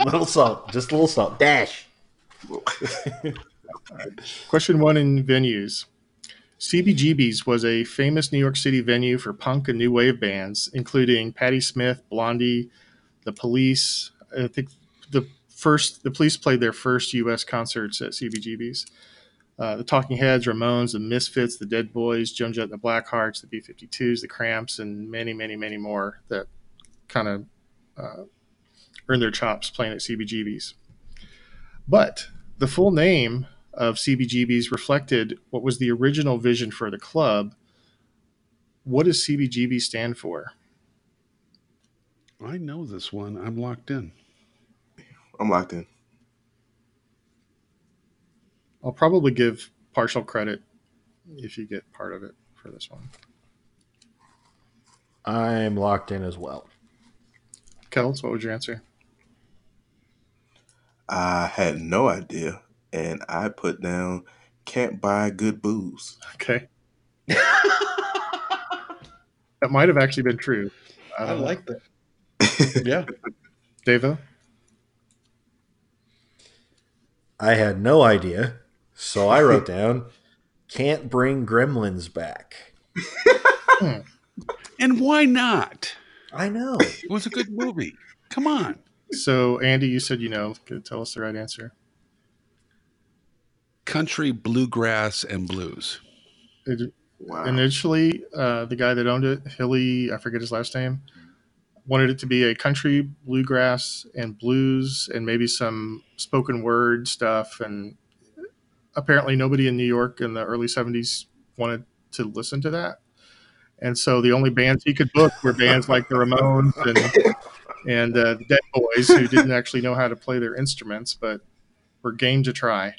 A: little salt. Just a little salt. Dash.
D: question one in venues. CBGB's was a famous New York City venue for punk and new wave bands, including Patti Smith, Blondie, The Police. I think the first the Police played their first U.S. concerts at CBGB's. Uh, the Talking Heads, Ramones, the Misfits, the Dead Boys, Joan Jett, and the Blackhearts, the B-52s, the Cramps, and many, many, many more that kind of uh, earned their chops playing at CBGB's. But the full name of CBGB's reflected what was the original vision for the club. What does CBGB stand for?
C: I know this one. I'm locked in.
B: I'm locked in.
D: I'll probably give partial credit if you get part of it for this one.
A: I'm locked in as well.
D: Kettles, what was your answer?
B: I had no idea. And I put down can't buy good booze.
D: Okay. that might have actually been true. I, don't know.
C: that. yeah.
D: Devo.
A: I had no idea, so I wrote down can't bring gremlins back.
C: And why not?
A: I know.
C: It was a good movie. Come on.
D: So Andy, you said you know. Could tell us the right answer.
C: Country, bluegrass, and blues.
D: It
B: Wow.
D: Initially, uh, the guy that owned it, Hilly, I forget his last name, wanted it to be a country bluegrass and blues and maybe some spoken word stuff. And apparently, nobody in New York in the early 70s wanted to listen to that. And so the only bands he could book were bands like the Ramones and and uh, the Dead Boys, who didn't actually know how to play their instruments, but were game to try.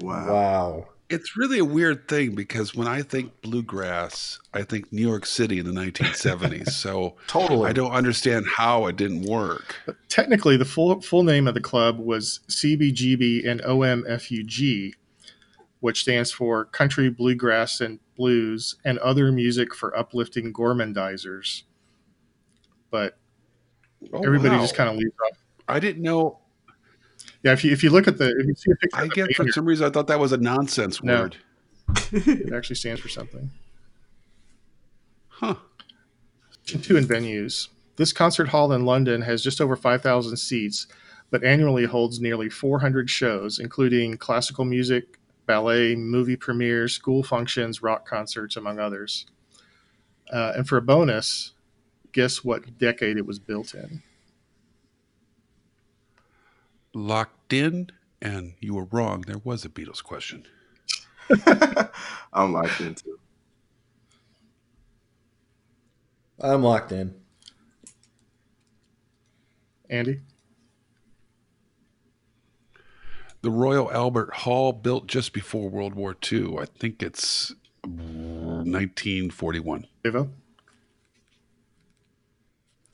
B: wow.
A: Wow.
C: It's really a weird thing because when I think bluegrass, I think New York City in the 1970s. So
A: Totally.
C: I don't understand how it didn't work.
D: Technically, the full full name of the club was CBGB and OMFUG, which stands for Country Bluegrass and Blues and Other Music for Uplifting Gormandizers. But
C: Oh,
D: everybody
C: wow.
D: just kind of leaves off.
C: I didn't know.
D: Yeah, if you if you look at the if you see a picture,
C: I
D: of the
C: get for
D: banner,
C: some reason I thought that was a nonsense
D: No.
C: word.
D: it actually stands for something.
C: Huh.
D: Section two in venues. This concert hall in London has just over 5,000 seats, but annually holds nearly 400 shows, including classical music, ballet, movie premieres, school functions, rock concerts, among others. Uh, and for a bonus, guess what decade it was built in?
C: Locked in, and you were wrong. There was a Beatles question.
B: I'm locked into.
A: I'm locked in.
D: Andy?
C: The Royal Albert Hall, built just before World War II. I think it's 1941.
D: Devo?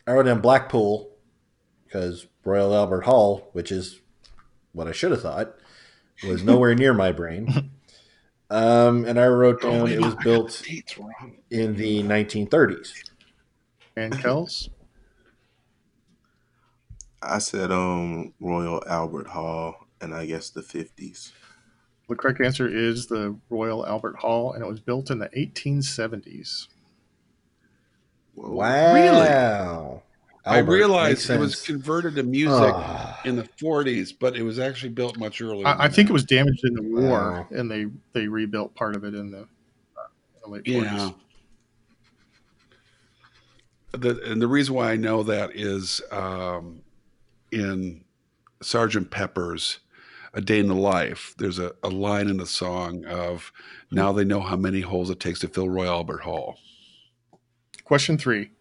A: I wrote down Blackpool because Royal Albert Hall, which is what I should have thought, was nowhere near my brain. Um, and I wrote down it was built
C: Date's wrong.
A: in the 1930s.
D: And Kells?
B: I said um Royal Albert Hall, and I guess the 50s.
D: the correct answer is the Royal Albert Hall, and it was built in the 1870s.
B: Whoa.
A: Wow.
C: I
A: Albert,
C: realized
A: makes
C: it was
A: sense.
C: converted to music
A: Ah,
C: in the 40s, but it was actually built much earlier.
D: I, I
C: than
D: think it
C: that.
D: was damaged in the war,
A: Wow.
D: and they, they rebuilt part of it in the, uh, late 40s.
C: Yeah. The, and the reason why I know that is um, in Sergeant Pepper's A Day in the Life, there's a, a line in the song of now they know how many holes it takes to fill Roy Albert Hall.
D: Question three.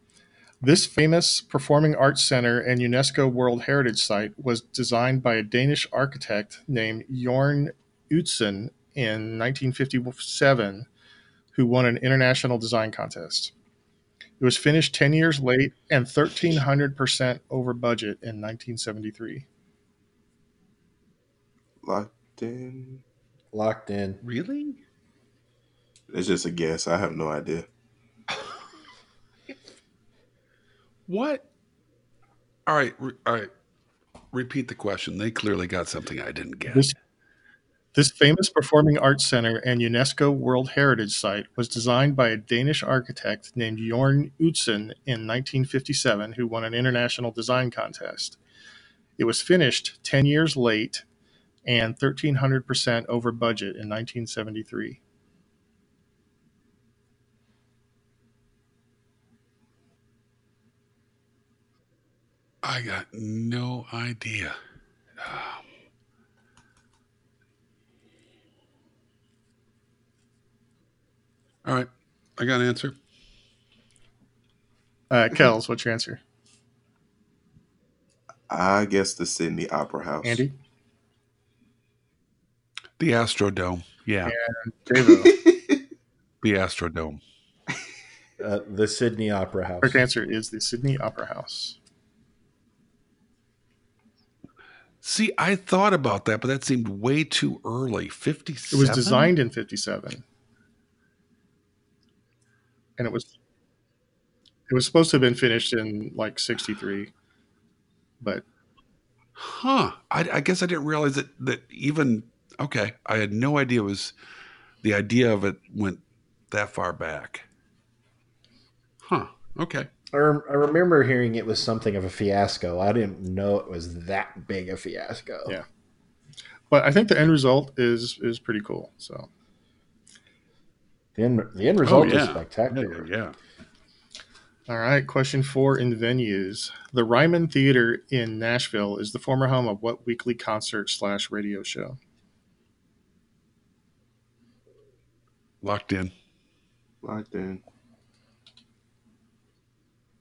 D: This famous performing arts center and UNESCO World Heritage Site was designed by a Danish architect named Jorn Utzon in 1957, who won an international design contest. It was finished 10 years late and 1,300% over budget in 1973.
B: Locked in.
A: locked in.
C: Really?
B: It's just a guess. I have no idea.
C: What? All right. Re- all right. Repeat the question. They clearly got something I didn't get.
D: This, this famous performing arts center and UNESCO World Heritage Site was designed by a Danish architect named Jorn Utzon in 1957, who won an international design contest. It was finished 10 years late and 1,300% over budget in 1973.
C: I got no idea. Um, All right, I got an answer.
D: Uh, Kells, what's your answer?
B: I guess the Sydney Opera House.
D: Andy?
C: The Astrodome. Yeah,
D: Davo.
C: the Astrodome.
A: Uh, the Sydney Opera House.
D: Correct answer is the Sydney Opera House.
C: See, I thought about that, but that seemed way too early. 57?
D: It was designed in 57. And it was it was supposed to have been finished in like 63. But
C: Huh. I, I guess I didn't realize that, that even. Okay. I had no idea it was. The idea of it went that far back. Huh. Okay.
A: I, rem- I remember hearing it was something of a fiasco. I didn't know it was that big a fiasco.
D: Yeah. but I think the end result is is pretty cool. So
A: The end, the end result
C: Oh, yeah.
A: is
C: Yeah,
A: spectacular.
C: yeah.
D: All right, question four in venues. The Ryman Theater in Nashville is the former home of what weekly concert slash radio show?
C: Locked in.
B: Locked in.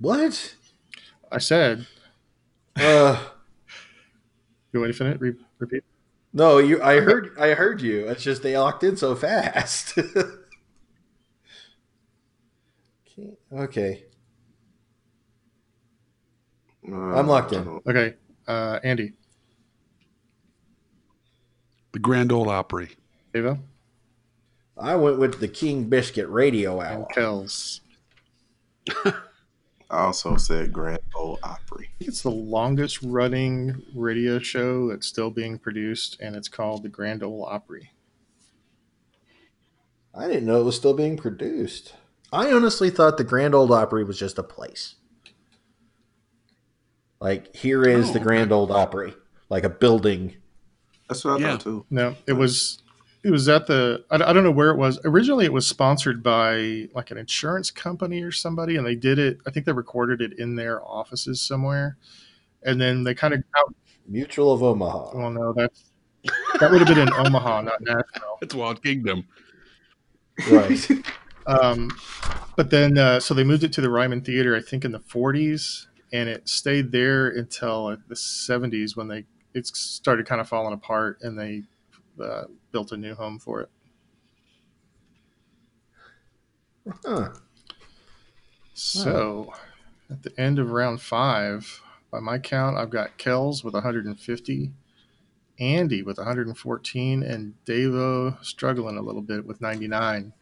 A: What?
D: I said,
A: Uh,
D: you want to finish? Re- repeat.
A: no, you. I heard. I heard you. It's just they locked in so fast. Okay, okay.
B: Uh,
A: I'm locked in.
B: I don't-
D: Okay, uh, Andy,
C: The Grand Ole Opry.
D: Ava,
A: I went with the King Biscuit Radio
D: and
A: Hour.
D: Kells.
B: I also said Grand Ole Opry.
D: I think it's the longest running radio show that's still being produced, and it's called the Grand Ole Opry.
A: I didn't know it was still being produced. I honestly thought the Grand Old Opry was just a place. Like here is
C: Oh,
A: the
C: okay.
A: Grand Old Opry, like a building.
B: That's what I
C: Yeah.
B: thought too.
D: No, it was. It was at the. I, I don't know where it was. Originally, it was sponsored by like an insurance company or somebody, and they did it. I think they recorded it in their offices somewhere, and then they kind of.
A: Mutual of Omaha.
D: Well, no, that's that would have been in Omaha, not Nashville.
C: It's Wild Kingdom.
A: Right.
D: Um, but then, uh, so they moved it to the Ryman Theater, I think, in the '40s, and it stayed there until uh, the '70s when they it started kind of falling apart, and they uh, built a new home for it.
A: Huh.
D: So, at the end of round five, by my count, I've got Kells with 150, Andy with 114, and Davo struggling a little bit with 99.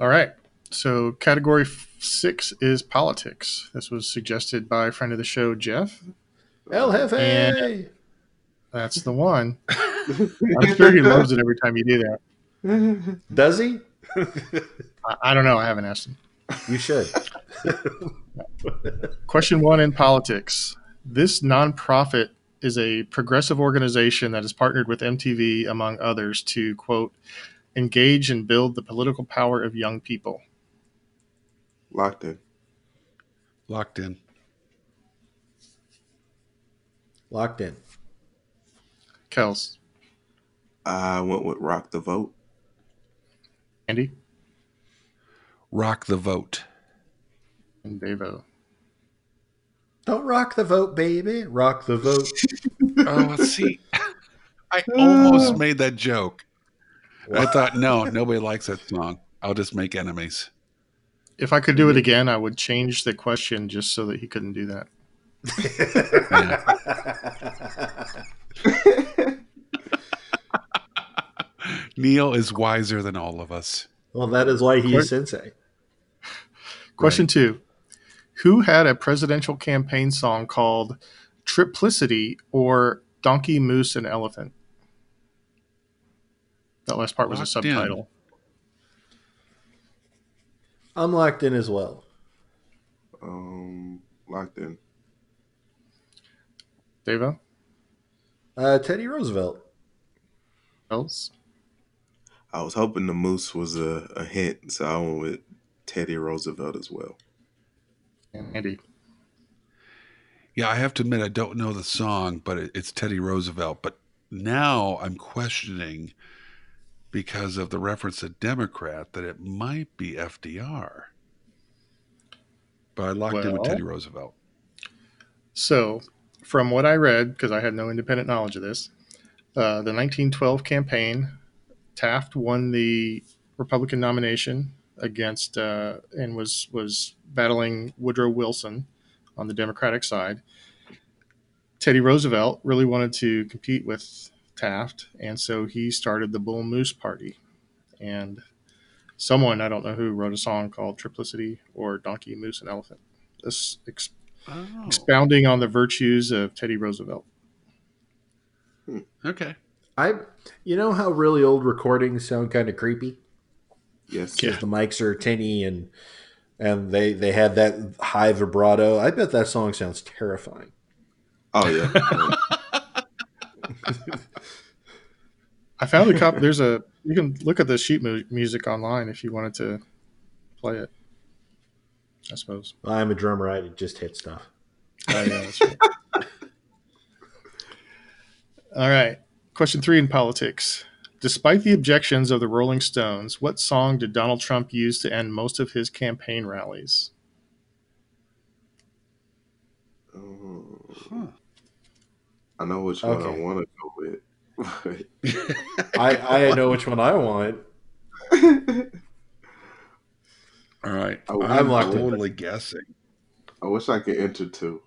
D: All right. So, category f- six is politics. This was suggested by a friend of the show, Jeff.
A: El Jefe.
D: And- That's the one. I'm sure he loves it every time you do that.
A: Does he?
D: I, I don't know. I haven't asked him.
A: You should.
D: Question one in politics. This nonprofit is a progressive organization that has partnered with MTV, among others, to quote, engage and build the political power of young people.
B: Locked in.
C: Locked in.
A: Locked in.
D: Kels,
B: I went with Rock the Vote.
D: Andy,
C: Rock the vote.
D: and Davo.
A: Don't rock the vote, baby. Rock the vote.
C: Oh, let's see. I almost made that joke. I thought, no, nobody likes that song. I'll just make enemies.
D: If I could
C: Mm-hmm.
D: do it again, I would change the question just so that he couldn't do that.
C: Neil is wiser than all of us.
A: well, that is why he
D: Quick.
A: is sensei.
D: Question two Who had a presidential campaign song called Triplicity or Donkey, Moose, and Elephant? That last part was a
C: Locked in.
D: subtitle.
A: I'm locked in as well.
B: Um, locked in.
D: Deva,
A: Uh, Teddy Roosevelt.
D: else?
B: I was hoping the moose was a, a hint, so I went with Teddy Roosevelt as well.
D: And Andy.
C: Yeah, I have to admit, I don't know the song, but it, it's Teddy Roosevelt. But now I'm questioning because of the reference to Democrat that it might be FDR. But I locked in with
D: Well-
C: Teddy Roosevelt.
D: So, from what I read, because I had no independent knowledge of this, uh, the 1912 campaign, Taft won the Republican nomination against uh, and was was battling Woodrow Wilson on the Democratic side. Teddy Roosevelt really wanted to compete with Taft, and so he started the Bull Moose Party. And someone I don't know who wrote a song called "Triplicity" or "Donkey, Moose, and Elephant." This ex-
C: Oh,
D: expounding on the virtues of Teddy Roosevelt.
C: okay.
A: I, you know how really old recordings sound kind of creepy.
B: Yes.
D: Yeah.
A: Because the mics are tinny and and they they had that high vibrato. I bet that song sounds terrifying.
B: Oh yeah.
D: I found a copy. There's a you can look at the sheet mu- music online if you wanted to play it. I suppose.
A: I'm a drummer. I just hit stuff.
D: Oh, yeah, that's right. All right. Question three in politics. Despite the objections of the Rolling Stones, what song did Donald Trump use to end most of his campaign rallies?
B: Oh,
C: Huh.
B: I know which one I
A: Okay.
B: want to go with.
A: I, I know which one I want.
C: All right.
B: I- I'm
C: I'm
A: locked in.
C: totally guessing.
B: I wish I could enter two.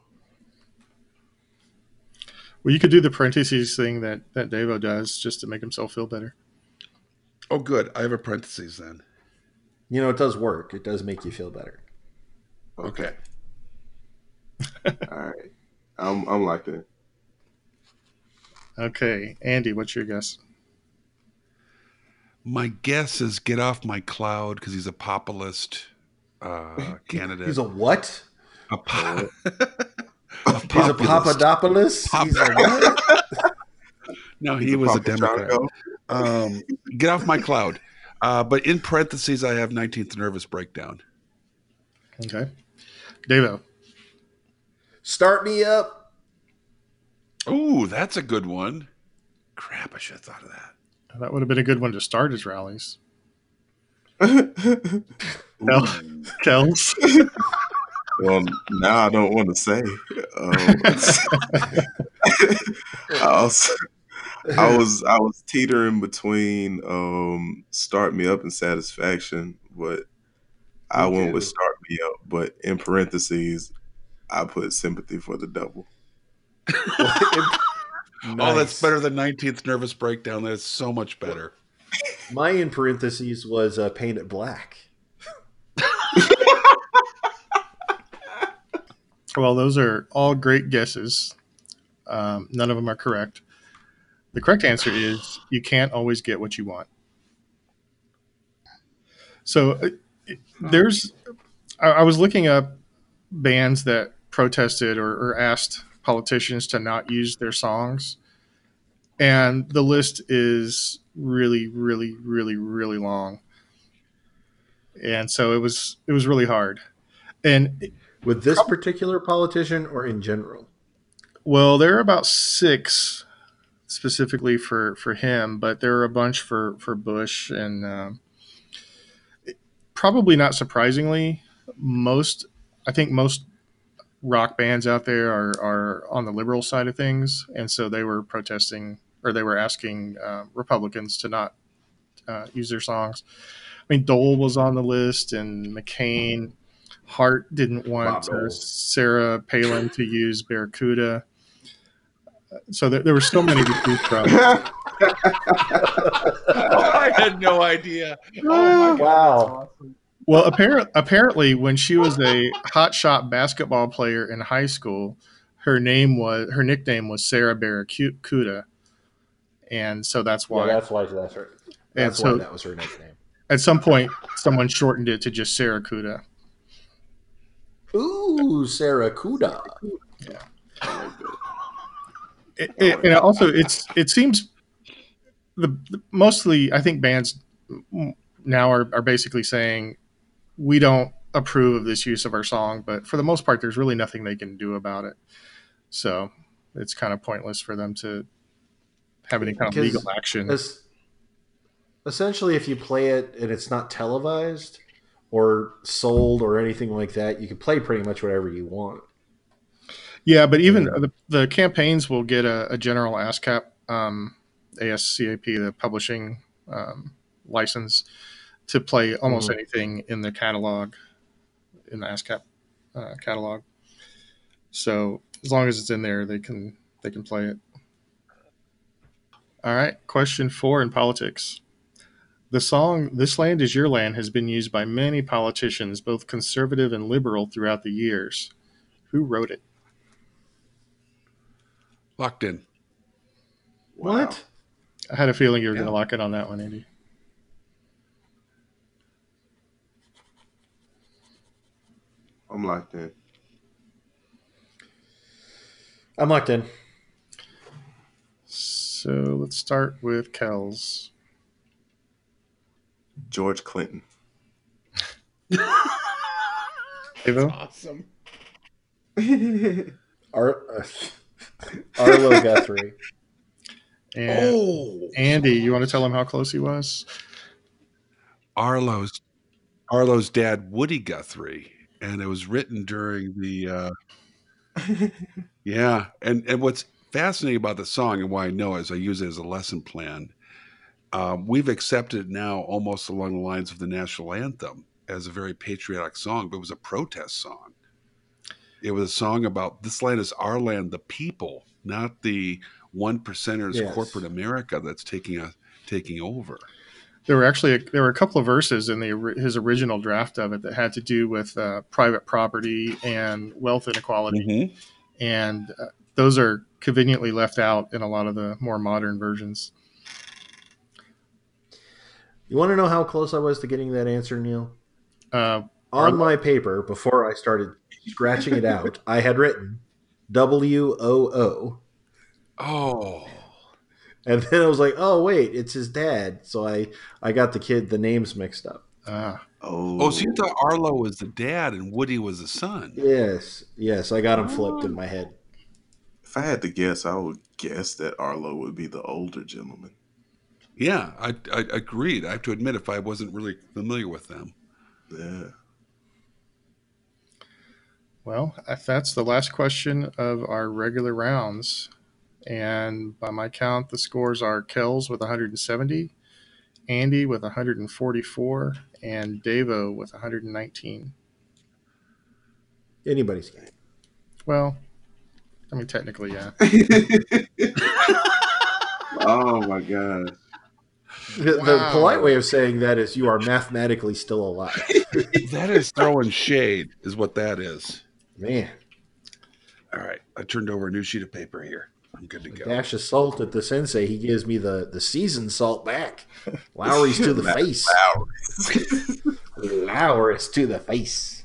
D: Well, you could do the parentheses thing that that Devo does just to make himself feel better.
C: Oh, good. I have a parentheses then.
A: You know, it does work. It does make you feel better.
C: Okay.
B: All right. I'm I'm locked in.
D: Okay, Andy, what's your guess?
C: My guess is get off my cloud because he's a populist uh, candidate.
A: He's a what?
C: a pop.
A: He's a Papadopoulos. He's a what?
C: No,
B: He's
C: he was a
B: Papa
C: Democrat.
B: Chonko.
C: Um, get off my cloud. Uh, but in parentheses, I have 19th nervous breakdown.
D: Okay, Devo.
A: Start me up.
C: Oh, that's a good one. Crap, I should have thought of that.
D: That would have been a good one to start his rallies.
C: Ooh.
D: Kells.
B: Well, now I don't want to say. Um, I, was, I was I was teetering between um, "Start Me Up" and "Satisfaction," but I
A: Me
B: went with
A: too.
B: "Start Me Up." But in parentheses, I put "Sympathy for the Devil."
C: Oh,
A: Nice.
C: that's better than 19th nervous breakdown. That is so much better.
A: My in parentheses was uh, painted black.
D: Well, those are all great guesses. Um, none of them are correct. The correct answer is you can't always get what you want. So uh, it- there's, I, I was looking up bands that protested or, or asked politicians to not use their songs. And the list is really, really, really, really long. And so it was, it was really hard. And
A: With this particular politician or in general?
D: Well, there are about six specifically for for him, but there are a bunch for for Bush, and um, it- probably not surprisingly, most I think most rock bands out there are are on the liberal side of things, and so they were protesting or they were asking uh, Republicans to not uh, use their songs. I mean, Dole was on the list, and McCain. Hart didn't
A: Bob
D: want
A: Dole.
D: uh, Sarah Palin to use Barracuda. So there, there were so many to choose from.
C: I had no idea. Oh my
A: Wow.
D: Well, apparently, apparently, when she was a hotshot basketball player in high school, her name was her nickname was Sarah Barracuda, and so that's why.
A: why that's her.
D: and
A: That's why
D: so
A: that was her nickname.
D: at some point, someone shortened it to just Sarah Cuda.
A: Ooh, Sarah Kuda.
D: it, it, and also it's it seems the, the- mostly I think bands now are, are basically saying we don't approve of this use of our song, but for the most part, there's really nothing they can do about it. So it's kind of pointless for them to have any kind of
A: Because-
D: legal action.
A: Es- essentially, if you play it and it's not televised or sold or anything like that, you can play pretty much whatever you want.
D: Yeah, but even the, the campaigns will get a, a general ASCAP, um, ASCAP, the publishing um, license, to play almost
A: Mhm.
D: anything in the catalog, in the ASCAP uh, catalog. So as long as it's in there, they can they can play it. All right, question four in politics. The song This Land Is Your Land has been used by many politicians, both conservative and liberal, throughout the years. Who wrote it?
C: Locked in.
B: Wow.
A: What?
D: I had a feeling you were going
C: Yeah.
D: to lock it on that one, Andy.
B: I'm locked in.
A: I'm locked in.
D: So let's start with Kells.
B: George Clinton.
D: Devo?
E: Awesome.
A: Ar- Arlo Guthrie.
D: And
E: Oh.
D: Andy, you want to tell him how close he was?
C: Arlo's Arlo's dad, Woody Guthrie, and it was written during the uh, yeah. And and what's fascinating about the song and why I know it is I use it as a lesson plan. Um, we've accepted it now almost along the lines of the national anthem as a very patriotic song, but it was a protest song. It was a song about this land is our land, the people, not the one percenters
A: Yes.
C: corporate America that's taking a, taking over.
D: There were actually there were a couple of verses in the ori- his original draft of it that had to do with uh, private property and wealth inequality, and uh, those are conveniently left out in a lot of the more modern versions.
A: You want to know how close I was to getting that answer, Neil?
D: Uh,
A: On my paper, before I started scratching it out, I had written W O O,
C: Oh.
A: and then I was like, "Oh wait, it's his dad." So I I got the kid the names mixed up.
D: ah,
B: Oh,
C: Oh, so you thought Arlo was the dad and Woody was the son?
A: Yes, yes, I got him flipped in my head.
B: if I had to guess, I would guess that Arlo would be the older gentleman.
C: Yeah, I, I agreed. I have to admit, if I wasn't really familiar with them,
B: Yeah.
D: well, if that's the last question of our regular rounds, and by my count, the scores are Kells with 170, Andy with 144, and Devo with 119.
A: Anybody's game.
D: Well, I mean, technically, yeah.
B: oh my god.
A: The, the
D: Wow.
A: polite way of saying that is you are mathematically still alive.
C: that is throwing shade, is what that is.
A: Man,
C: All right, I turned over a new sheet of paper here. I'm good to
A: a
C: go.
A: dash of salt at the sensei. He gives me the, the seasoned salt back. Lowry's to the face. Lowry's to the face.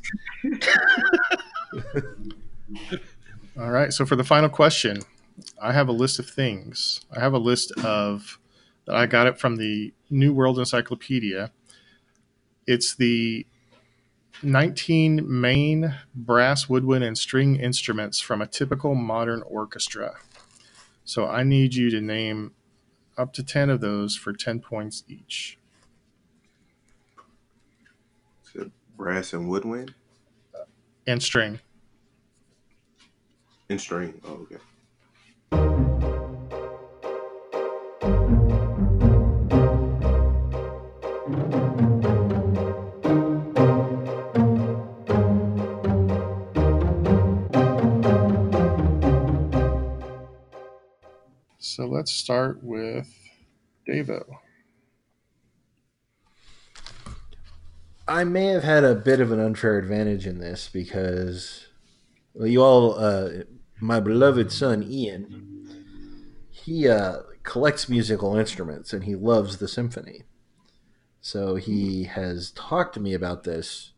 D: All right. So for the final question, I have a list of things. I have a list of that I got it from the New World Encyclopedia. It's the 19 main brass, woodwind, and string instruments from a typical modern orchestra. So I need you to name up to 10 of those for 10 points each.
B: Said Brass and woodwind
D: And string.
B: and string. Oh, okay.
D: So let's start with Davo.
A: I may have had a bit of an unfair advantage in this because well, you all, uh, my beloved son Ian, he uh, collects musical instruments and he loves the symphony. So he has talked to me about this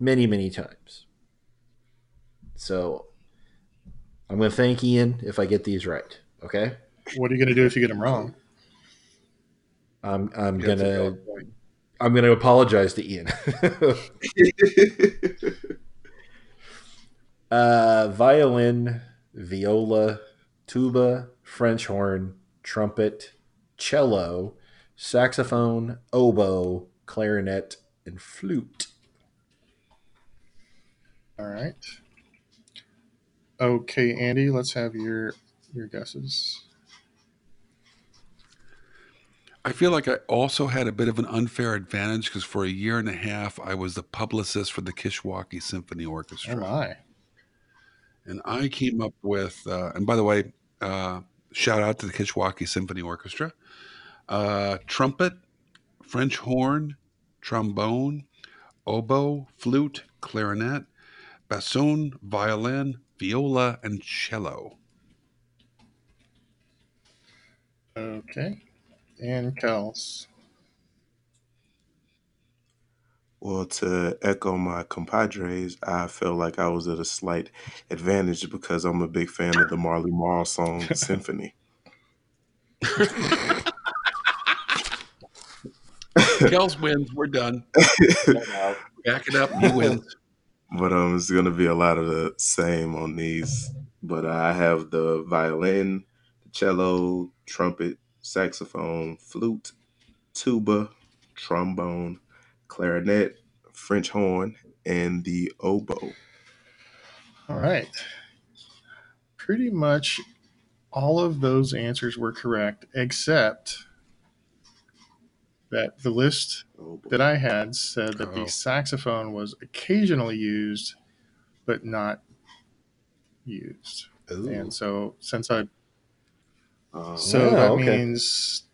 A: many, many times. So I'm going to thank Ian if I get these right. Okay,
D: What are you going to do if you get them wrong?
A: I'm I'm
C: You have to
A: gonna
C: go.
A: I'm gonna apologize to Ian. Uh, violin, viola, tuba, French horn, trumpet, cello, saxophone, oboe, clarinet, and flute.
D: All right. Okay, Andy, let's have your your guesses.
C: I feel like I also had a bit of an unfair advantage because for a year and a half, I was the publicist for the Kishwaukee Symphony Orchestra.
D: Oh my.
C: and I came up with. Uh, and by the way, uh, shout out to the Kishwaukee Symphony Orchestra, uh, trumpet, French horn, trombone, oboe, flute, clarinet, bassoon, violin, viola, and cello.
D: Okay. And Kels.
B: Well, to echo my compadres, I felt like I was at a slight advantage because I'm a big fan of the Marley Marl song Symphony.
C: Kels wins. We're done. Back it up. He wins.
B: but um, it's gonna be a lot of the same on these. But I have the violin, cello, trumpet, saxophone, flute, tuba, trombone, clarinet, French horn, and the oboe.
D: All right. Pretty much all of those answers were correct, except that the list
B: Oboe.
D: that I had said that
C: Oh.
D: the saxophone was occasionally used, but not used.
A: Ooh.
D: And so, since I
B: Um,
D: so
A: Wow,
D: that
A: okay.
D: means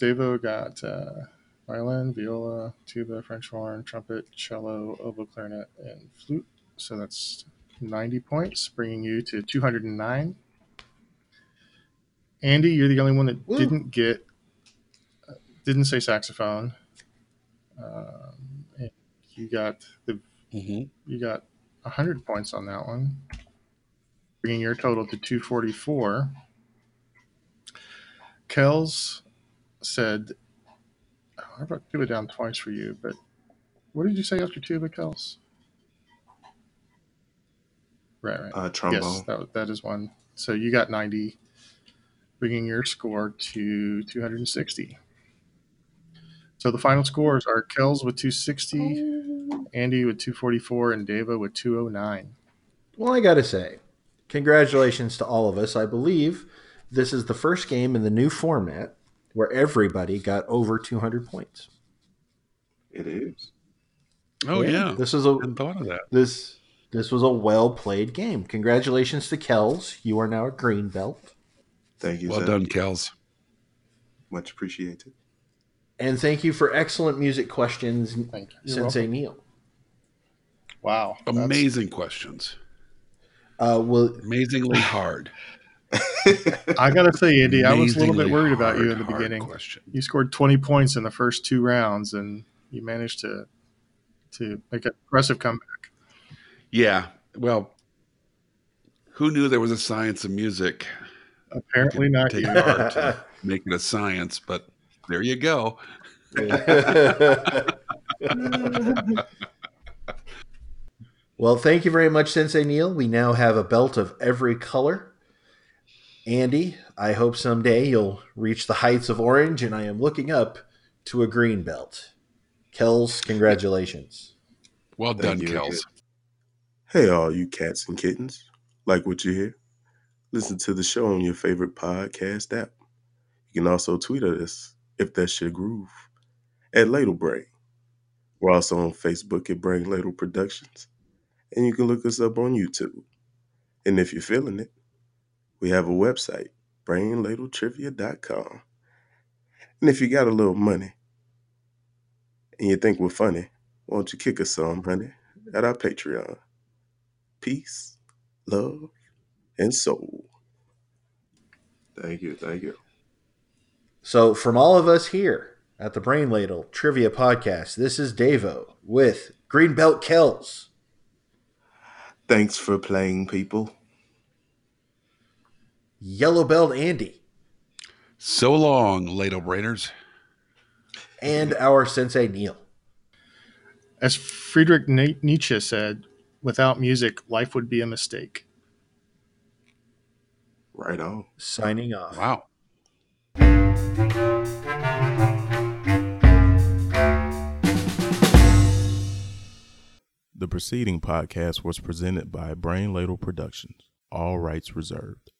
D: Devo got uh, violin, viola, tuba, French horn, trumpet, cello, oboe, clarinet, and flute. So that's 90 points, bringing you to 209. Andy, you're the only one that
A: Woo.
D: didn't get, uh, didn't say saxophone. Um, and you got the
C: Mhm.
D: you got 100 points on that one, bringing your total to 244. Kells said, oh, I brought Tuba down twice for you, but what did you say after Tuba, Kells? Right, right.
B: uh, trombone.
D: Yes, that, that is one. So you got 90, bringing your score to 260. So the final scores are Kells with 260, Andy with 244, and Deva with 209.
A: Well, I gotta say, congratulations to all of us. I believe this is the first game in the new format where everybody got over 200 points.
B: It is.
C: Oh yeah.
A: this is a
C: hadn't thought of that.
A: this this was a well played game. Congratulations to Kells. You are now a green belt,
B: Thank you.
C: Well
B: Zach.
C: done, Kels.
B: Much appreciated.
A: and thank you for excellent music questions,
D: Thank you. You're
A: Sensei Neil.
D: welcome. Wow. that's-
C: Amazing questions.
A: Uh, well,
C: Amazingly hard.
D: I got to say, Andy, I was a little bit
C: Amazingly
D: worried about you
C: hard,
D: in the
C: hard
D: beginning.
C: Question.
D: You scored 20 points in the first two rounds, and you managed to to make an impressive comeback.
C: Yeah. Well, who knew there was a science of music?
D: Apparently not
C: Take
D: you.
C: art, and make it a science, but there you go.
A: well, thank you very much, Sensei Neil. We now have a belt of every color. Andy, I hope someday you'll reach the heights of orange, and I am looking up to a green belt. Kells, congratulations.
C: Well
B: Thank
C: done,
B: you.
C: Kels.
B: Hey, all you cats and kittens. Like what you hear? Listen to the show on your favorite podcast app. You can also tweet at us if that's your groove at Ladle Brain. We're also on Facebook at Brain Ladle Productions, and you can look us up on YouTube. And if you're feeling it, we have a website, brainladletrivia.com. And if you got a little money and you think we're funny, why don't you kick us some, honey, at our Patreon? peace, love, and soul. Thank you, thank you.
A: So, from all of us here at the Brain Ladle Trivia Podcast, this is Davo with Green Belt Kells.
B: Thanks for playing, people.
A: Yellow Belt Andy,
C: So long, ladle brainers.
A: and our sensei Neil.
D: As Friedrich Ni- Nietzsche said, without music, life would be a mistake.
B: Right on.
A: Signing off.
C: Wow.
E: The preceding podcast was presented by Brain Ladle Productions, all rights reserved.